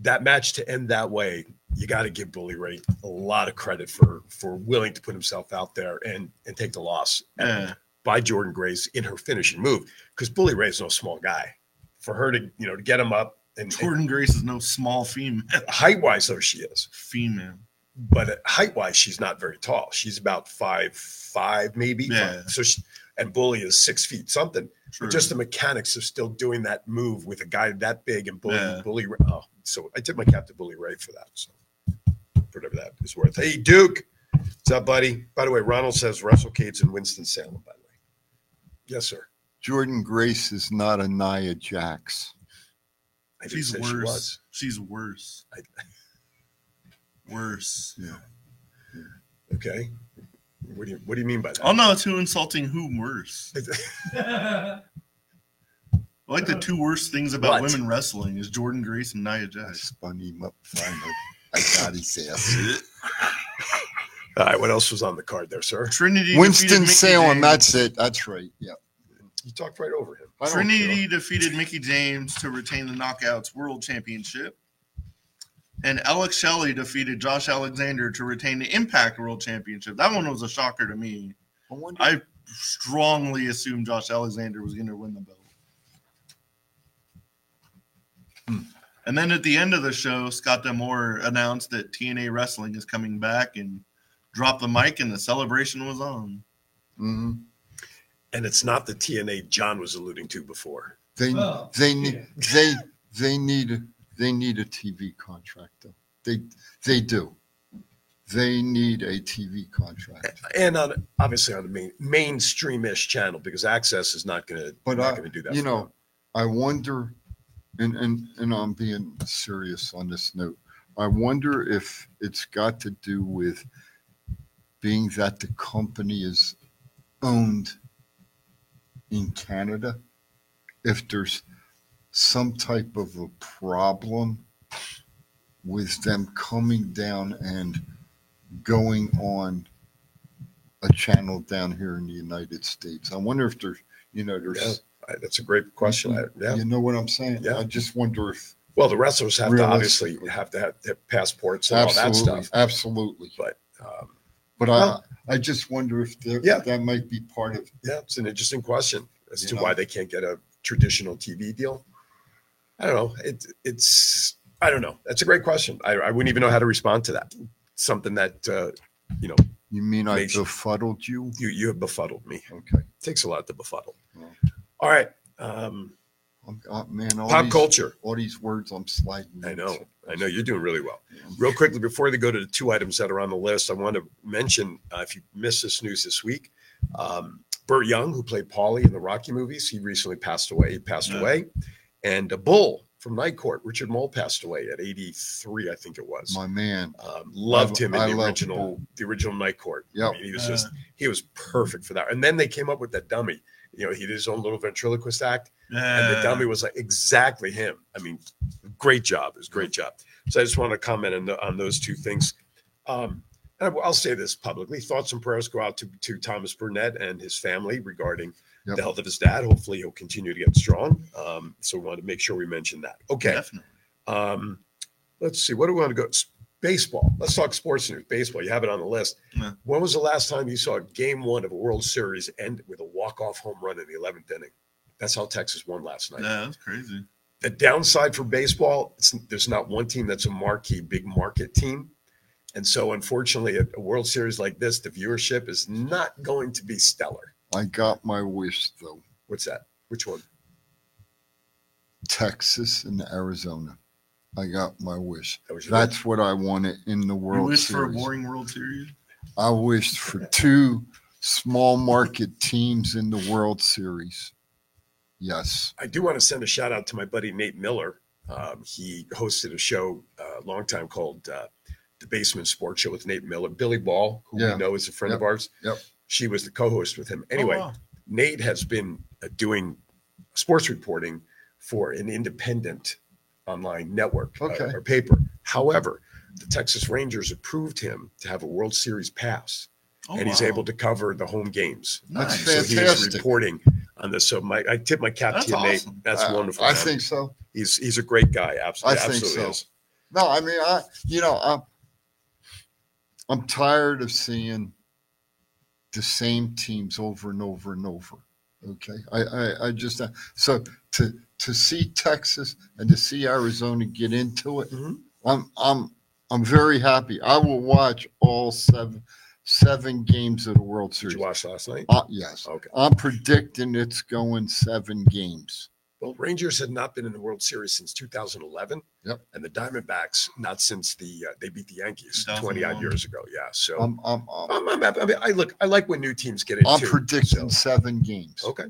[SPEAKER 1] that match to end that way, you got to give Bully Ray a lot of credit for for willing to put himself out there and and take the loss
[SPEAKER 2] Yeah.
[SPEAKER 1] by Jordan Grace in her finishing move because Bully Ray is no small guy. For her to you know to get him up and, and
[SPEAKER 2] Jordan Grace is no small female.
[SPEAKER 1] height wise though she is,
[SPEAKER 2] female.
[SPEAKER 1] but height wise, she's not very tall. She's about five five, maybe.
[SPEAKER 2] Yeah.
[SPEAKER 1] So, she, and Bully is six feet something.
[SPEAKER 2] True.
[SPEAKER 1] Just the mechanics of still doing that move with a guy that big and Bully
[SPEAKER 2] Yeah.
[SPEAKER 1] Bully. Ray- Oh, so I tip my cap to Bully Ray for that. So whatever that is worth. Hey, Duke, what's up, buddy? By the way, Ronald says Russell Cade's in Winston Salem. By the way, yes, sir.
[SPEAKER 3] Jordan Grace is not a Nia Jax.
[SPEAKER 1] I didn't
[SPEAKER 2] She's
[SPEAKER 1] say
[SPEAKER 2] worse.
[SPEAKER 1] She was.
[SPEAKER 2] She's worse. Worse.
[SPEAKER 3] Yeah.
[SPEAKER 1] Okay. What do you What do you mean by that?
[SPEAKER 2] Oh no, it's who insulting who worse. I like the two worst things about
[SPEAKER 1] What?
[SPEAKER 2] women wrestling is Jordan Grace and Nia
[SPEAKER 3] I
[SPEAKER 2] Jax.
[SPEAKER 3] spun him up finally. I got his ass.
[SPEAKER 1] All right. What else was on the card there, sir?
[SPEAKER 2] Trinity defeated
[SPEAKER 3] Winston
[SPEAKER 2] Mickey
[SPEAKER 3] Salem.
[SPEAKER 2] James.
[SPEAKER 3] That's it. That's right. Yeah.
[SPEAKER 1] You talked right over him.
[SPEAKER 3] I don't
[SPEAKER 2] Trinity defeated Mickey James to retain the Knockouts World Championship. And Alex Shelley defeated Josh Alexander to retain the Impact World Championship. That one was a shocker to me.
[SPEAKER 3] care. I wonder.
[SPEAKER 2] I strongly assumed Josh Alexander was going to win the belt. And then at the end of the show, Scott Demore announced that TNA Wrestling is coming back and dropped the mic, and the celebration was on.
[SPEAKER 3] Mhm.
[SPEAKER 1] And it's not the TNA John was alluding to before.
[SPEAKER 3] They
[SPEAKER 4] Oh,
[SPEAKER 3] they
[SPEAKER 4] yeah.
[SPEAKER 3] need they they need they need a TV contract though. They they do. They need a TV contract.
[SPEAKER 1] and on obviously on the main mainstream-ish channel because access is not gonna
[SPEAKER 3] But
[SPEAKER 1] not
[SPEAKER 3] I,
[SPEAKER 1] gonna do that
[SPEAKER 3] you
[SPEAKER 1] for
[SPEAKER 3] know,
[SPEAKER 1] them.
[SPEAKER 3] I wonder, and and and I'm being serious on this note. I wonder if it's got to do with being that the company is owned in Canada, if there's some type of a problem with them coming down and going on a channel down here in the United States. I wonder if there's, you know, there's.
[SPEAKER 1] Yeah, that's a great question. I- yeah.
[SPEAKER 3] You know what I'm saying? Yeah. I just wonder if.
[SPEAKER 1] Well, the wrestlers have to
[SPEAKER 3] Realistic-
[SPEAKER 1] obviously have to have, have passports and all that stuff.
[SPEAKER 3] Absolutely.
[SPEAKER 1] But um,
[SPEAKER 3] but
[SPEAKER 1] well-
[SPEAKER 3] I I just wonder if there,
[SPEAKER 1] Yeah.
[SPEAKER 3] that might be part of
[SPEAKER 1] Yeah, it's an interesting question as
[SPEAKER 3] You
[SPEAKER 1] to
[SPEAKER 3] know?
[SPEAKER 1] why they can't get a traditional TV deal. I don't know. It, it's I don't know. That's a great question. I, I wouldn't even know how to respond to that. Something that uh, you know
[SPEAKER 3] You mean I
[SPEAKER 1] Nation.
[SPEAKER 3] befuddled you?
[SPEAKER 1] you you have befuddled me.
[SPEAKER 3] Okay.
[SPEAKER 1] takes a lot to befuddle.
[SPEAKER 3] Yeah.
[SPEAKER 1] All right, um,
[SPEAKER 3] I'm- uh, man, all
[SPEAKER 1] pop
[SPEAKER 3] these,
[SPEAKER 1] culture.
[SPEAKER 3] all these words I'm sliding.
[SPEAKER 1] I
[SPEAKER 3] into.
[SPEAKER 1] know. I know you're doing really well. Real quickly, before they go to the two items that are on the list, I want to mention uh, if you missed this news this week, um, Burt Young, who played Paulie in the Rocky movies, he recently passed away. He passed
[SPEAKER 2] Yeah.
[SPEAKER 1] away. And a bull from Night Court, Richard Mole, passed away at 83, I think it was.
[SPEAKER 3] My man.
[SPEAKER 1] Um, loved
[SPEAKER 3] I-
[SPEAKER 1] him in
[SPEAKER 3] I
[SPEAKER 1] the
[SPEAKER 3] loved
[SPEAKER 1] original,
[SPEAKER 3] Bull.
[SPEAKER 1] the original Night Court. I
[SPEAKER 3] Yep.
[SPEAKER 1] mean, he was just, he was perfect for that. And then they came up with that dummy. You know, he did his own little ventriloquist act. And the
[SPEAKER 2] Uh,
[SPEAKER 1] dummy was like exactly him. I mean, great job. It was a great job. So I just want to comment on, the, on those two things. Um, and I- I'll say this publicly: thoughts and prayers go out to, to Thomas Burnett and his family regarding
[SPEAKER 3] Yep.
[SPEAKER 1] the health of his dad. Hopefully, he'll continue to get strong. Um, so we want to make sure we mention that. Okay.
[SPEAKER 2] Definitely.
[SPEAKER 1] Um, let's see. What do we want to go? s- Baseball. Let's talk sports news. Baseball. You have it on the list.
[SPEAKER 2] Yeah.
[SPEAKER 1] When was the last time you saw Game One of a World Series end with a walk-off home run in the 11th inning? That's how Texas won last night
[SPEAKER 2] Yeah, that's crazy.
[SPEAKER 1] the downside for baseball, it's, there's not one team that's a marquee big market team. And so, unfortunately, at a World Series like this, the viewership is not going to be stellar.
[SPEAKER 3] I got my wish though.
[SPEAKER 1] What's that? Which one?
[SPEAKER 3] Texas and Arizona. I got my wish.
[SPEAKER 1] That was your
[SPEAKER 3] That's what I wanted in the
[SPEAKER 2] you
[SPEAKER 3] World
[SPEAKER 2] wish for a
[SPEAKER 3] Series.
[SPEAKER 2] boring World Series? Oh,
[SPEAKER 3] I wished for two small market teams in the World Series. Yes.
[SPEAKER 1] I do want to send a shout out to my buddy Nate Miller. Um, he hosted a show uh, a long time called uh, The Basement Sports Show with Nate Miller. Billy Ball, who
[SPEAKER 3] Yeah.
[SPEAKER 1] we know is a friend of
[SPEAKER 3] Yep.
[SPEAKER 1] ours,
[SPEAKER 3] Yep.
[SPEAKER 1] she was the co host with him. Anyway,
[SPEAKER 2] Oh, wow.
[SPEAKER 1] Nate has been uh, doing sports reporting for an independent online network uh,
[SPEAKER 3] Okay.
[SPEAKER 1] or paper. However, the Texas Rangers approved him to have a World Series pass,
[SPEAKER 2] Oh,
[SPEAKER 1] and he's
[SPEAKER 2] wow.
[SPEAKER 1] able to cover the home games.
[SPEAKER 3] That's
[SPEAKER 2] Nice.
[SPEAKER 1] So he is
[SPEAKER 3] fantastic.
[SPEAKER 1] reporting on this. So my, I tip my cap
[SPEAKER 2] That's
[SPEAKER 1] to you,
[SPEAKER 2] awesome.
[SPEAKER 1] Nate. That's
[SPEAKER 3] I-
[SPEAKER 1] wonderful.
[SPEAKER 3] Uh, I,
[SPEAKER 1] man.
[SPEAKER 3] think so.
[SPEAKER 1] he's he's a great guy.
[SPEAKER 3] I
[SPEAKER 1] Absolutely,
[SPEAKER 3] think
[SPEAKER 1] absolutely
[SPEAKER 3] so.
[SPEAKER 1] is.
[SPEAKER 3] No, I mean, I, you know, I'm, I'm tired of seeing the same teams over and over and over. Okay. I, I, I just, uh, so to, to see Texas and to see Arizona get into it,
[SPEAKER 1] Mhm.
[SPEAKER 3] I'm, I'm, I'm very happy. I will watch all seven, seven games of the World
[SPEAKER 1] Did
[SPEAKER 3] Series.
[SPEAKER 1] you watch last night?
[SPEAKER 3] Uh, yes.
[SPEAKER 1] Okay.
[SPEAKER 3] I'm predicting it's going seven games.
[SPEAKER 1] Well, Rangers had not been in the World Series since 2011.
[SPEAKER 3] Yep.
[SPEAKER 1] And the Diamondbacks not since the uh, they beat the Yankees 20 odd
[SPEAKER 2] 2001.
[SPEAKER 1] years ago. Yeah. So
[SPEAKER 3] I'm, I'm, I'm,
[SPEAKER 1] I'm, I'm, happy. I mean, I look, I like when new teams get into.
[SPEAKER 3] Um, I'm predicting seven games.
[SPEAKER 1] okay.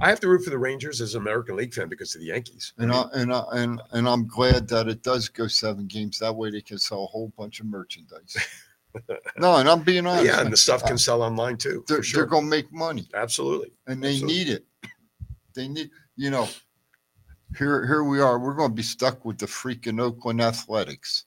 [SPEAKER 1] I have to root for the Rangers as an American League fan because of the Yankees.
[SPEAKER 3] And I, and I, and and I'm glad that it does go seven games. That way they can sell a whole bunch of merchandise. no, and I'm being honest.
[SPEAKER 1] yeah,
[SPEAKER 3] man.
[SPEAKER 1] and the stuff can sell online too.
[SPEAKER 3] they're,
[SPEAKER 1] for sure.
[SPEAKER 3] they're gonna make money,
[SPEAKER 1] Absolutely.
[SPEAKER 3] and they
[SPEAKER 1] Absolutely.
[SPEAKER 3] need it. They need, you know. Here, here we are. We're gonna be stuck with the freaking Oakland Athletics.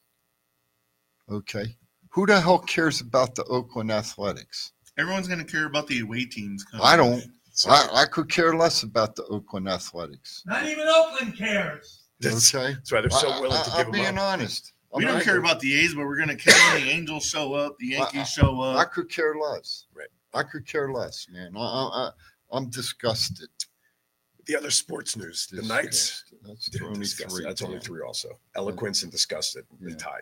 [SPEAKER 3] Okay, who the hell cares about the Oakland Athletics?
[SPEAKER 2] Everyone's going to care about the away teams. coming.
[SPEAKER 3] I don't. I, I could care less about the Oakland Athletics.
[SPEAKER 4] Not even Oakland cares.
[SPEAKER 1] That's,
[SPEAKER 3] okay,
[SPEAKER 1] that's why they're
[SPEAKER 3] I- I-
[SPEAKER 1] so willing to
[SPEAKER 3] I-
[SPEAKER 1] give
[SPEAKER 3] I'm
[SPEAKER 1] them
[SPEAKER 3] being
[SPEAKER 1] up.
[SPEAKER 3] honest.
[SPEAKER 2] We
[SPEAKER 3] I'm
[SPEAKER 2] don't
[SPEAKER 3] not-
[SPEAKER 2] care about the A's, but we're going to care when the Angels show up, the
[SPEAKER 3] I- I-
[SPEAKER 2] Yankees show
[SPEAKER 3] I
[SPEAKER 2] up.
[SPEAKER 3] could care less.
[SPEAKER 1] Right.
[SPEAKER 3] I could care less, man. I, I, I I'm disgusted.
[SPEAKER 1] The other sports news, the Knights.
[SPEAKER 3] Disgusted. That's
[SPEAKER 1] Dude,
[SPEAKER 3] only
[SPEAKER 1] disgusted.
[SPEAKER 3] three.
[SPEAKER 1] That's only
[SPEAKER 3] yeah.
[SPEAKER 1] three also. Eloquence and disgusted, the
[SPEAKER 3] Yeah.
[SPEAKER 1] tie.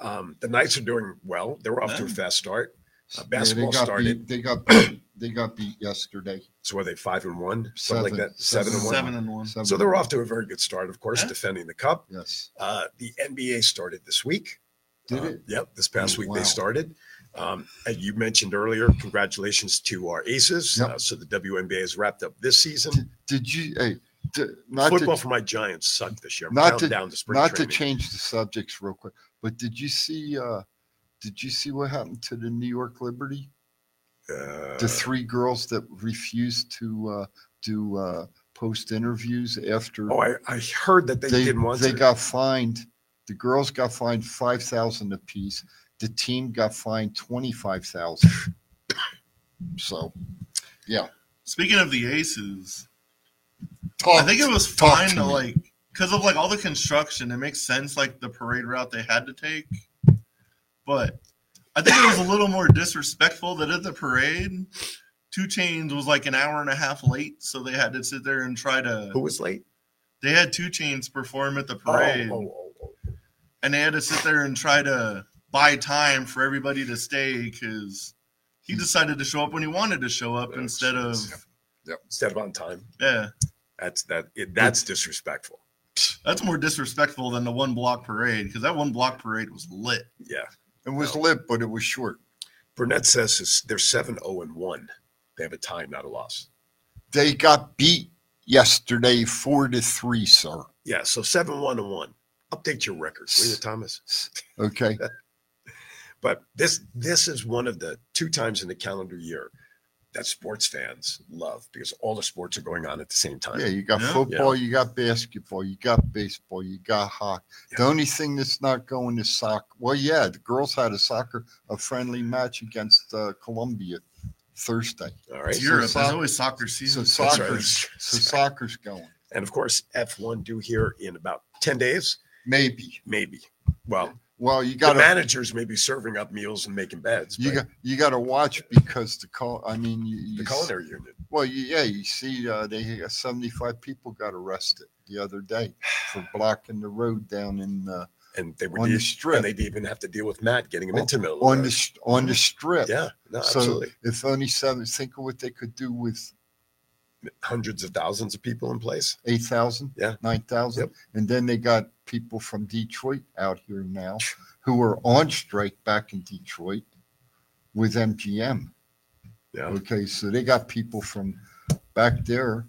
[SPEAKER 1] Um, the Knights are doing well. They're off to a
[SPEAKER 2] Yeah.
[SPEAKER 1] fast start. Uh,
[SPEAKER 3] Yeah,
[SPEAKER 1] basketball
[SPEAKER 3] they got
[SPEAKER 1] started.
[SPEAKER 3] Beat, they got beat, they got beat yesterday.
[SPEAKER 1] So are they five and one? Something like
[SPEAKER 3] Seven.
[SPEAKER 1] that. Seven, and one.
[SPEAKER 2] Seven and one.
[SPEAKER 3] Seven
[SPEAKER 1] So they're off to a very good start, of course,
[SPEAKER 2] Yeah.
[SPEAKER 1] defending the cup.
[SPEAKER 3] Yes.
[SPEAKER 1] Uh, the NBA started this week.
[SPEAKER 3] Did
[SPEAKER 1] Uh,
[SPEAKER 3] it?
[SPEAKER 1] Yep, this past
[SPEAKER 3] Oh,
[SPEAKER 1] week
[SPEAKER 3] wow.
[SPEAKER 1] they started. Um, and you mentioned earlier, congratulations to our aces.
[SPEAKER 3] Yep.
[SPEAKER 1] Uh, so the WNBA has wrapped up this season.
[SPEAKER 3] Did, did you? Hey, did, not
[SPEAKER 1] Football
[SPEAKER 3] to,
[SPEAKER 1] for my Giants sucked this year. I'm
[SPEAKER 3] Not
[SPEAKER 1] counting
[SPEAKER 3] to-
[SPEAKER 1] down to spring
[SPEAKER 3] not
[SPEAKER 1] training.
[SPEAKER 3] to change the subjects real quick, but did you see? uh Did you see what happened to the New York Liberty?
[SPEAKER 1] Uh,
[SPEAKER 3] The three girls that refused to uh, do uh, post interviews after.
[SPEAKER 1] Oh, I, I heard that they, did once.
[SPEAKER 3] They got fined. The girls got fined five thousand apiece. The team got fined twenty five thousand. so, yeah.
[SPEAKER 2] Speaking of the aces, I
[SPEAKER 3] Talk-
[SPEAKER 2] think it was
[SPEAKER 3] talk
[SPEAKER 2] fine
[SPEAKER 3] to
[SPEAKER 2] to
[SPEAKER 3] me.
[SPEAKER 2] like because of like all the construction. It makes sense like the parade route they had to take, but I think it was a little more disrespectful that at the parade, Two Chains was like an hour and a half late, so they had to sit there and try to.
[SPEAKER 1] Who was late?
[SPEAKER 2] They had Two Chains perform at the
[SPEAKER 1] Oh,
[SPEAKER 2] parade, and they had to sit there and try to buy time for everybody to stay because he decided to show up when he wanted to show up instead of
[SPEAKER 1] oh. Yep. Instead of on time.
[SPEAKER 2] yeah.
[SPEAKER 1] That's that. It, that's disrespectful.
[SPEAKER 2] That's more disrespectful than the one block parade because that one block parade was lit.
[SPEAKER 1] Yeah.
[SPEAKER 3] It was lit, but it was short.
[SPEAKER 1] Burnett says it's, they're 7 0 and 1. They have a tie, not a loss.
[SPEAKER 3] They got beat yesterday, four to three, sir.
[SPEAKER 1] Yeah. So 7 1 and 1. Update your records, will you, Thomas?
[SPEAKER 3] Okay.
[SPEAKER 1] But this this is one of the two times in the calendar year that sports fans love because all the sports are going on at the same time.
[SPEAKER 3] Yeah, you got football,
[SPEAKER 1] Yeah.
[SPEAKER 3] you got basketball, you got baseball, you got hockey. The only thing that's not going is soccer. Well, yeah, the girls had a soccer a friendly match against uh, Colombia Thursday.
[SPEAKER 1] All right.
[SPEAKER 3] So
[SPEAKER 1] Europe, there's
[SPEAKER 3] soc-
[SPEAKER 1] always
[SPEAKER 2] soccer season.
[SPEAKER 3] So
[SPEAKER 1] That's right.
[SPEAKER 3] soccer's, so soccer's going.
[SPEAKER 1] And of course, F1 due here in about 10 days.
[SPEAKER 3] Maybe.
[SPEAKER 1] Maybe. Well,
[SPEAKER 3] well, you
[SPEAKER 1] got
[SPEAKER 3] gotta-
[SPEAKER 1] managers may be serving up meals and making beds.
[SPEAKER 3] You
[SPEAKER 1] but
[SPEAKER 3] got you got to watch because the call. I mean, you, you
[SPEAKER 1] the
[SPEAKER 3] s-
[SPEAKER 1] culinary union.
[SPEAKER 3] Well, you, yeah, you see, uh, they seventy five people got arrested the other day for blocking the road down in uh,
[SPEAKER 1] and they
[SPEAKER 3] on the
[SPEAKER 1] deal-
[SPEAKER 3] strip.
[SPEAKER 1] And they'd even have to deal with Matt getting him
[SPEAKER 3] on,
[SPEAKER 1] into Miller.
[SPEAKER 3] on the st- on the strip.
[SPEAKER 1] Yeah, no,
[SPEAKER 3] so
[SPEAKER 1] absolutely.
[SPEAKER 3] if only seven, think of what they could do with
[SPEAKER 1] hundreds of thousands of people in place.
[SPEAKER 3] Eight thousand,
[SPEAKER 1] yeah,
[SPEAKER 3] nine thousand, and then they got people from Detroit out here now who are on strike back in Detroit with MGM.
[SPEAKER 1] Yeah.
[SPEAKER 3] Okay, so they got people from back there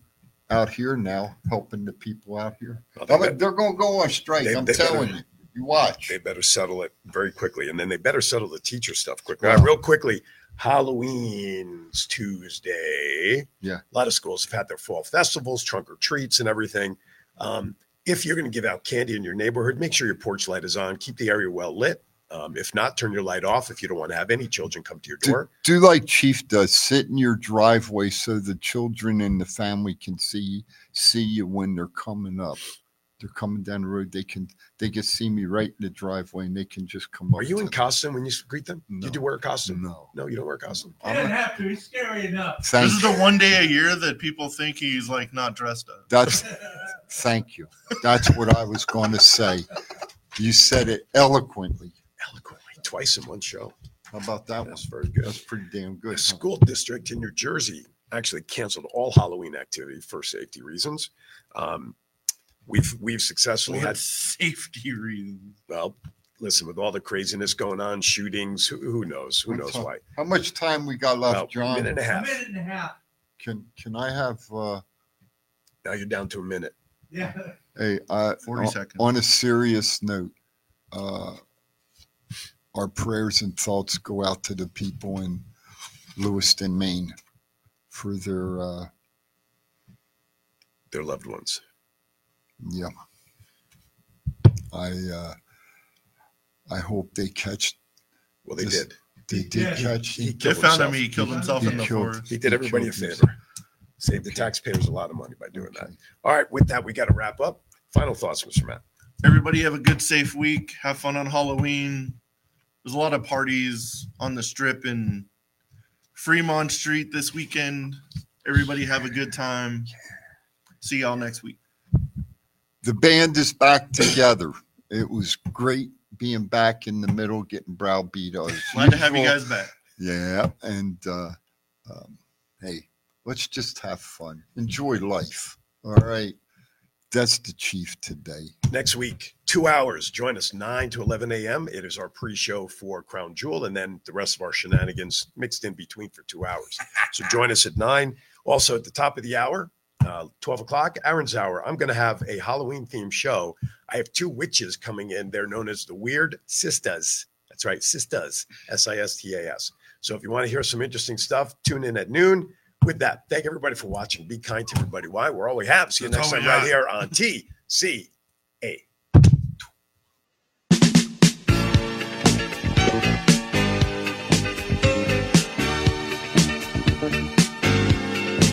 [SPEAKER 3] out here now helping the people out here.
[SPEAKER 1] Well, they
[SPEAKER 3] I mean,
[SPEAKER 1] bet-
[SPEAKER 3] they're going to go on strike.
[SPEAKER 1] They-
[SPEAKER 3] I'm
[SPEAKER 1] they better-
[SPEAKER 3] telling you. You watch.
[SPEAKER 1] They better settle it very quickly, and then they better settle the teacher stuff quickly. All right, real quickly, Halloween's Tuesday.
[SPEAKER 3] Yeah.
[SPEAKER 1] a lot of schools have had their fall festivals, trunk or treats, and everything. Um, if you're going to give out candy in your neighborhood, make sure your porch light is on. Keep the area well lit. Um, if not, turn your light off if you don't want to have any children come to your door.
[SPEAKER 3] Do, do like Chief does, sit in your driveway so the children and the family can see see you when they're coming up. They're coming down the road. They can they can see me right in the driveway and they can just come up.
[SPEAKER 1] Are you
[SPEAKER 3] to
[SPEAKER 1] in
[SPEAKER 3] me.
[SPEAKER 1] costume when you greet them? You do wear a costume?
[SPEAKER 3] No.
[SPEAKER 1] No, you don't wear a costume.
[SPEAKER 3] I'm not-
[SPEAKER 4] have to. He's scary enough.
[SPEAKER 3] Thank
[SPEAKER 2] this is the one day a year that people think he's like not dressed up.
[SPEAKER 3] That's thank you. That's what I was going to say. You said it eloquently.
[SPEAKER 1] twice in one show.
[SPEAKER 3] How about that
[SPEAKER 1] That's very good.
[SPEAKER 3] That's pretty damn good.
[SPEAKER 1] A school district in New Jersey actually canceled all Halloween activity for safety reasons. Um, we've we've successfully
[SPEAKER 2] What
[SPEAKER 1] had
[SPEAKER 2] safety reasons.
[SPEAKER 1] Well, listen, with all the craziness going on, shootings, who, who knows? Who
[SPEAKER 3] I'm
[SPEAKER 1] knows
[SPEAKER 3] sorry.
[SPEAKER 1] why?
[SPEAKER 3] How much time we got left,
[SPEAKER 1] About a
[SPEAKER 3] John?
[SPEAKER 1] minute and a half.
[SPEAKER 4] Minute and a half.
[SPEAKER 3] Can can I have uh
[SPEAKER 1] Now you're down to a minute.
[SPEAKER 4] Yeah.
[SPEAKER 3] Hey, I,
[SPEAKER 2] 40
[SPEAKER 3] uh, on-
[SPEAKER 2] seconds.
[SPEAKER 3] on a serious note, uh, our prayers and thoughts go out to the people in Lewiston, Maine for their, uh,
[SPEAKER 1] Their loved ones.
[SPEAKER 3] yeah. I, uh, I hope they catch.
[SPEAKER 1] Well, they
[SPEAKER 3] this-
[SPEAKER 1] did.
[SPEAKER 3] They did
[SPEAKER 1] He-
[SPEAKER 3] catch.
[SPEAKER 1] he
[SPEAKER 2] They
[SPEAKER 1] killed
[SPEAKER 2] found him,
[SPEAKER 1] himself.
[SPEAKER 2] he killed himself in the forest.
[SPEAKER 1] He did
[SPEAKER 3] he
[SPEAKER 1] everybody a
[SPEAKER 3] killed
[SPEAKER 1] favor.
[SPEAKER 3] himself.
[SPEAKER 1] Saved the taxpayers a lot of money by doing that. All right, with that, we got to wrap up. Final thoughts, Mr. Matt.
[SPEAKER 2] Everybody have a good, safe week. Have fun on Halloween. There's a lot of parties on the strip in Fremont Street this weekend. Everybody have a good time. See y'all next week.
[SPEAKER 3] the band is back together. It was great being back in the middle, getting browbeat. as
[SPEAKER 2] Glad to have you
[SPEAKER 3] usual.
[SPEAKER 2] guys back.
[SPEAKER 3] Yeah, and uh, um, hey, let's just have fun, enjoy life. All right, that's the chief today.
[SPEAKER 1] Next week, two hours. Join us 9 to 11 a.m. It is our pre show for Crown Jewel and then the rest of our shenanigans mixed in between for two hours. So join us at 9. Also, at the top of the hour, uh, 12 o'clock, Aaron's Hour, I'm going to have a Halloween themed show. I have two witches coming in. They're known as the Weird Sisters. That's right, Sisters, S I S T A S. So if you want to hear some interesting stuff, tune in at noon. with that, thank everybody for watching. Be kind to everybody. Why? We're all we have. See you
[SPEAKER 2] That's
[SPEAKER 1] next
[SPEAKER 2] all we
[SPEAKER 1] time right
[SPEAKER 2] got.
[SPEAKER 1] here on TCA.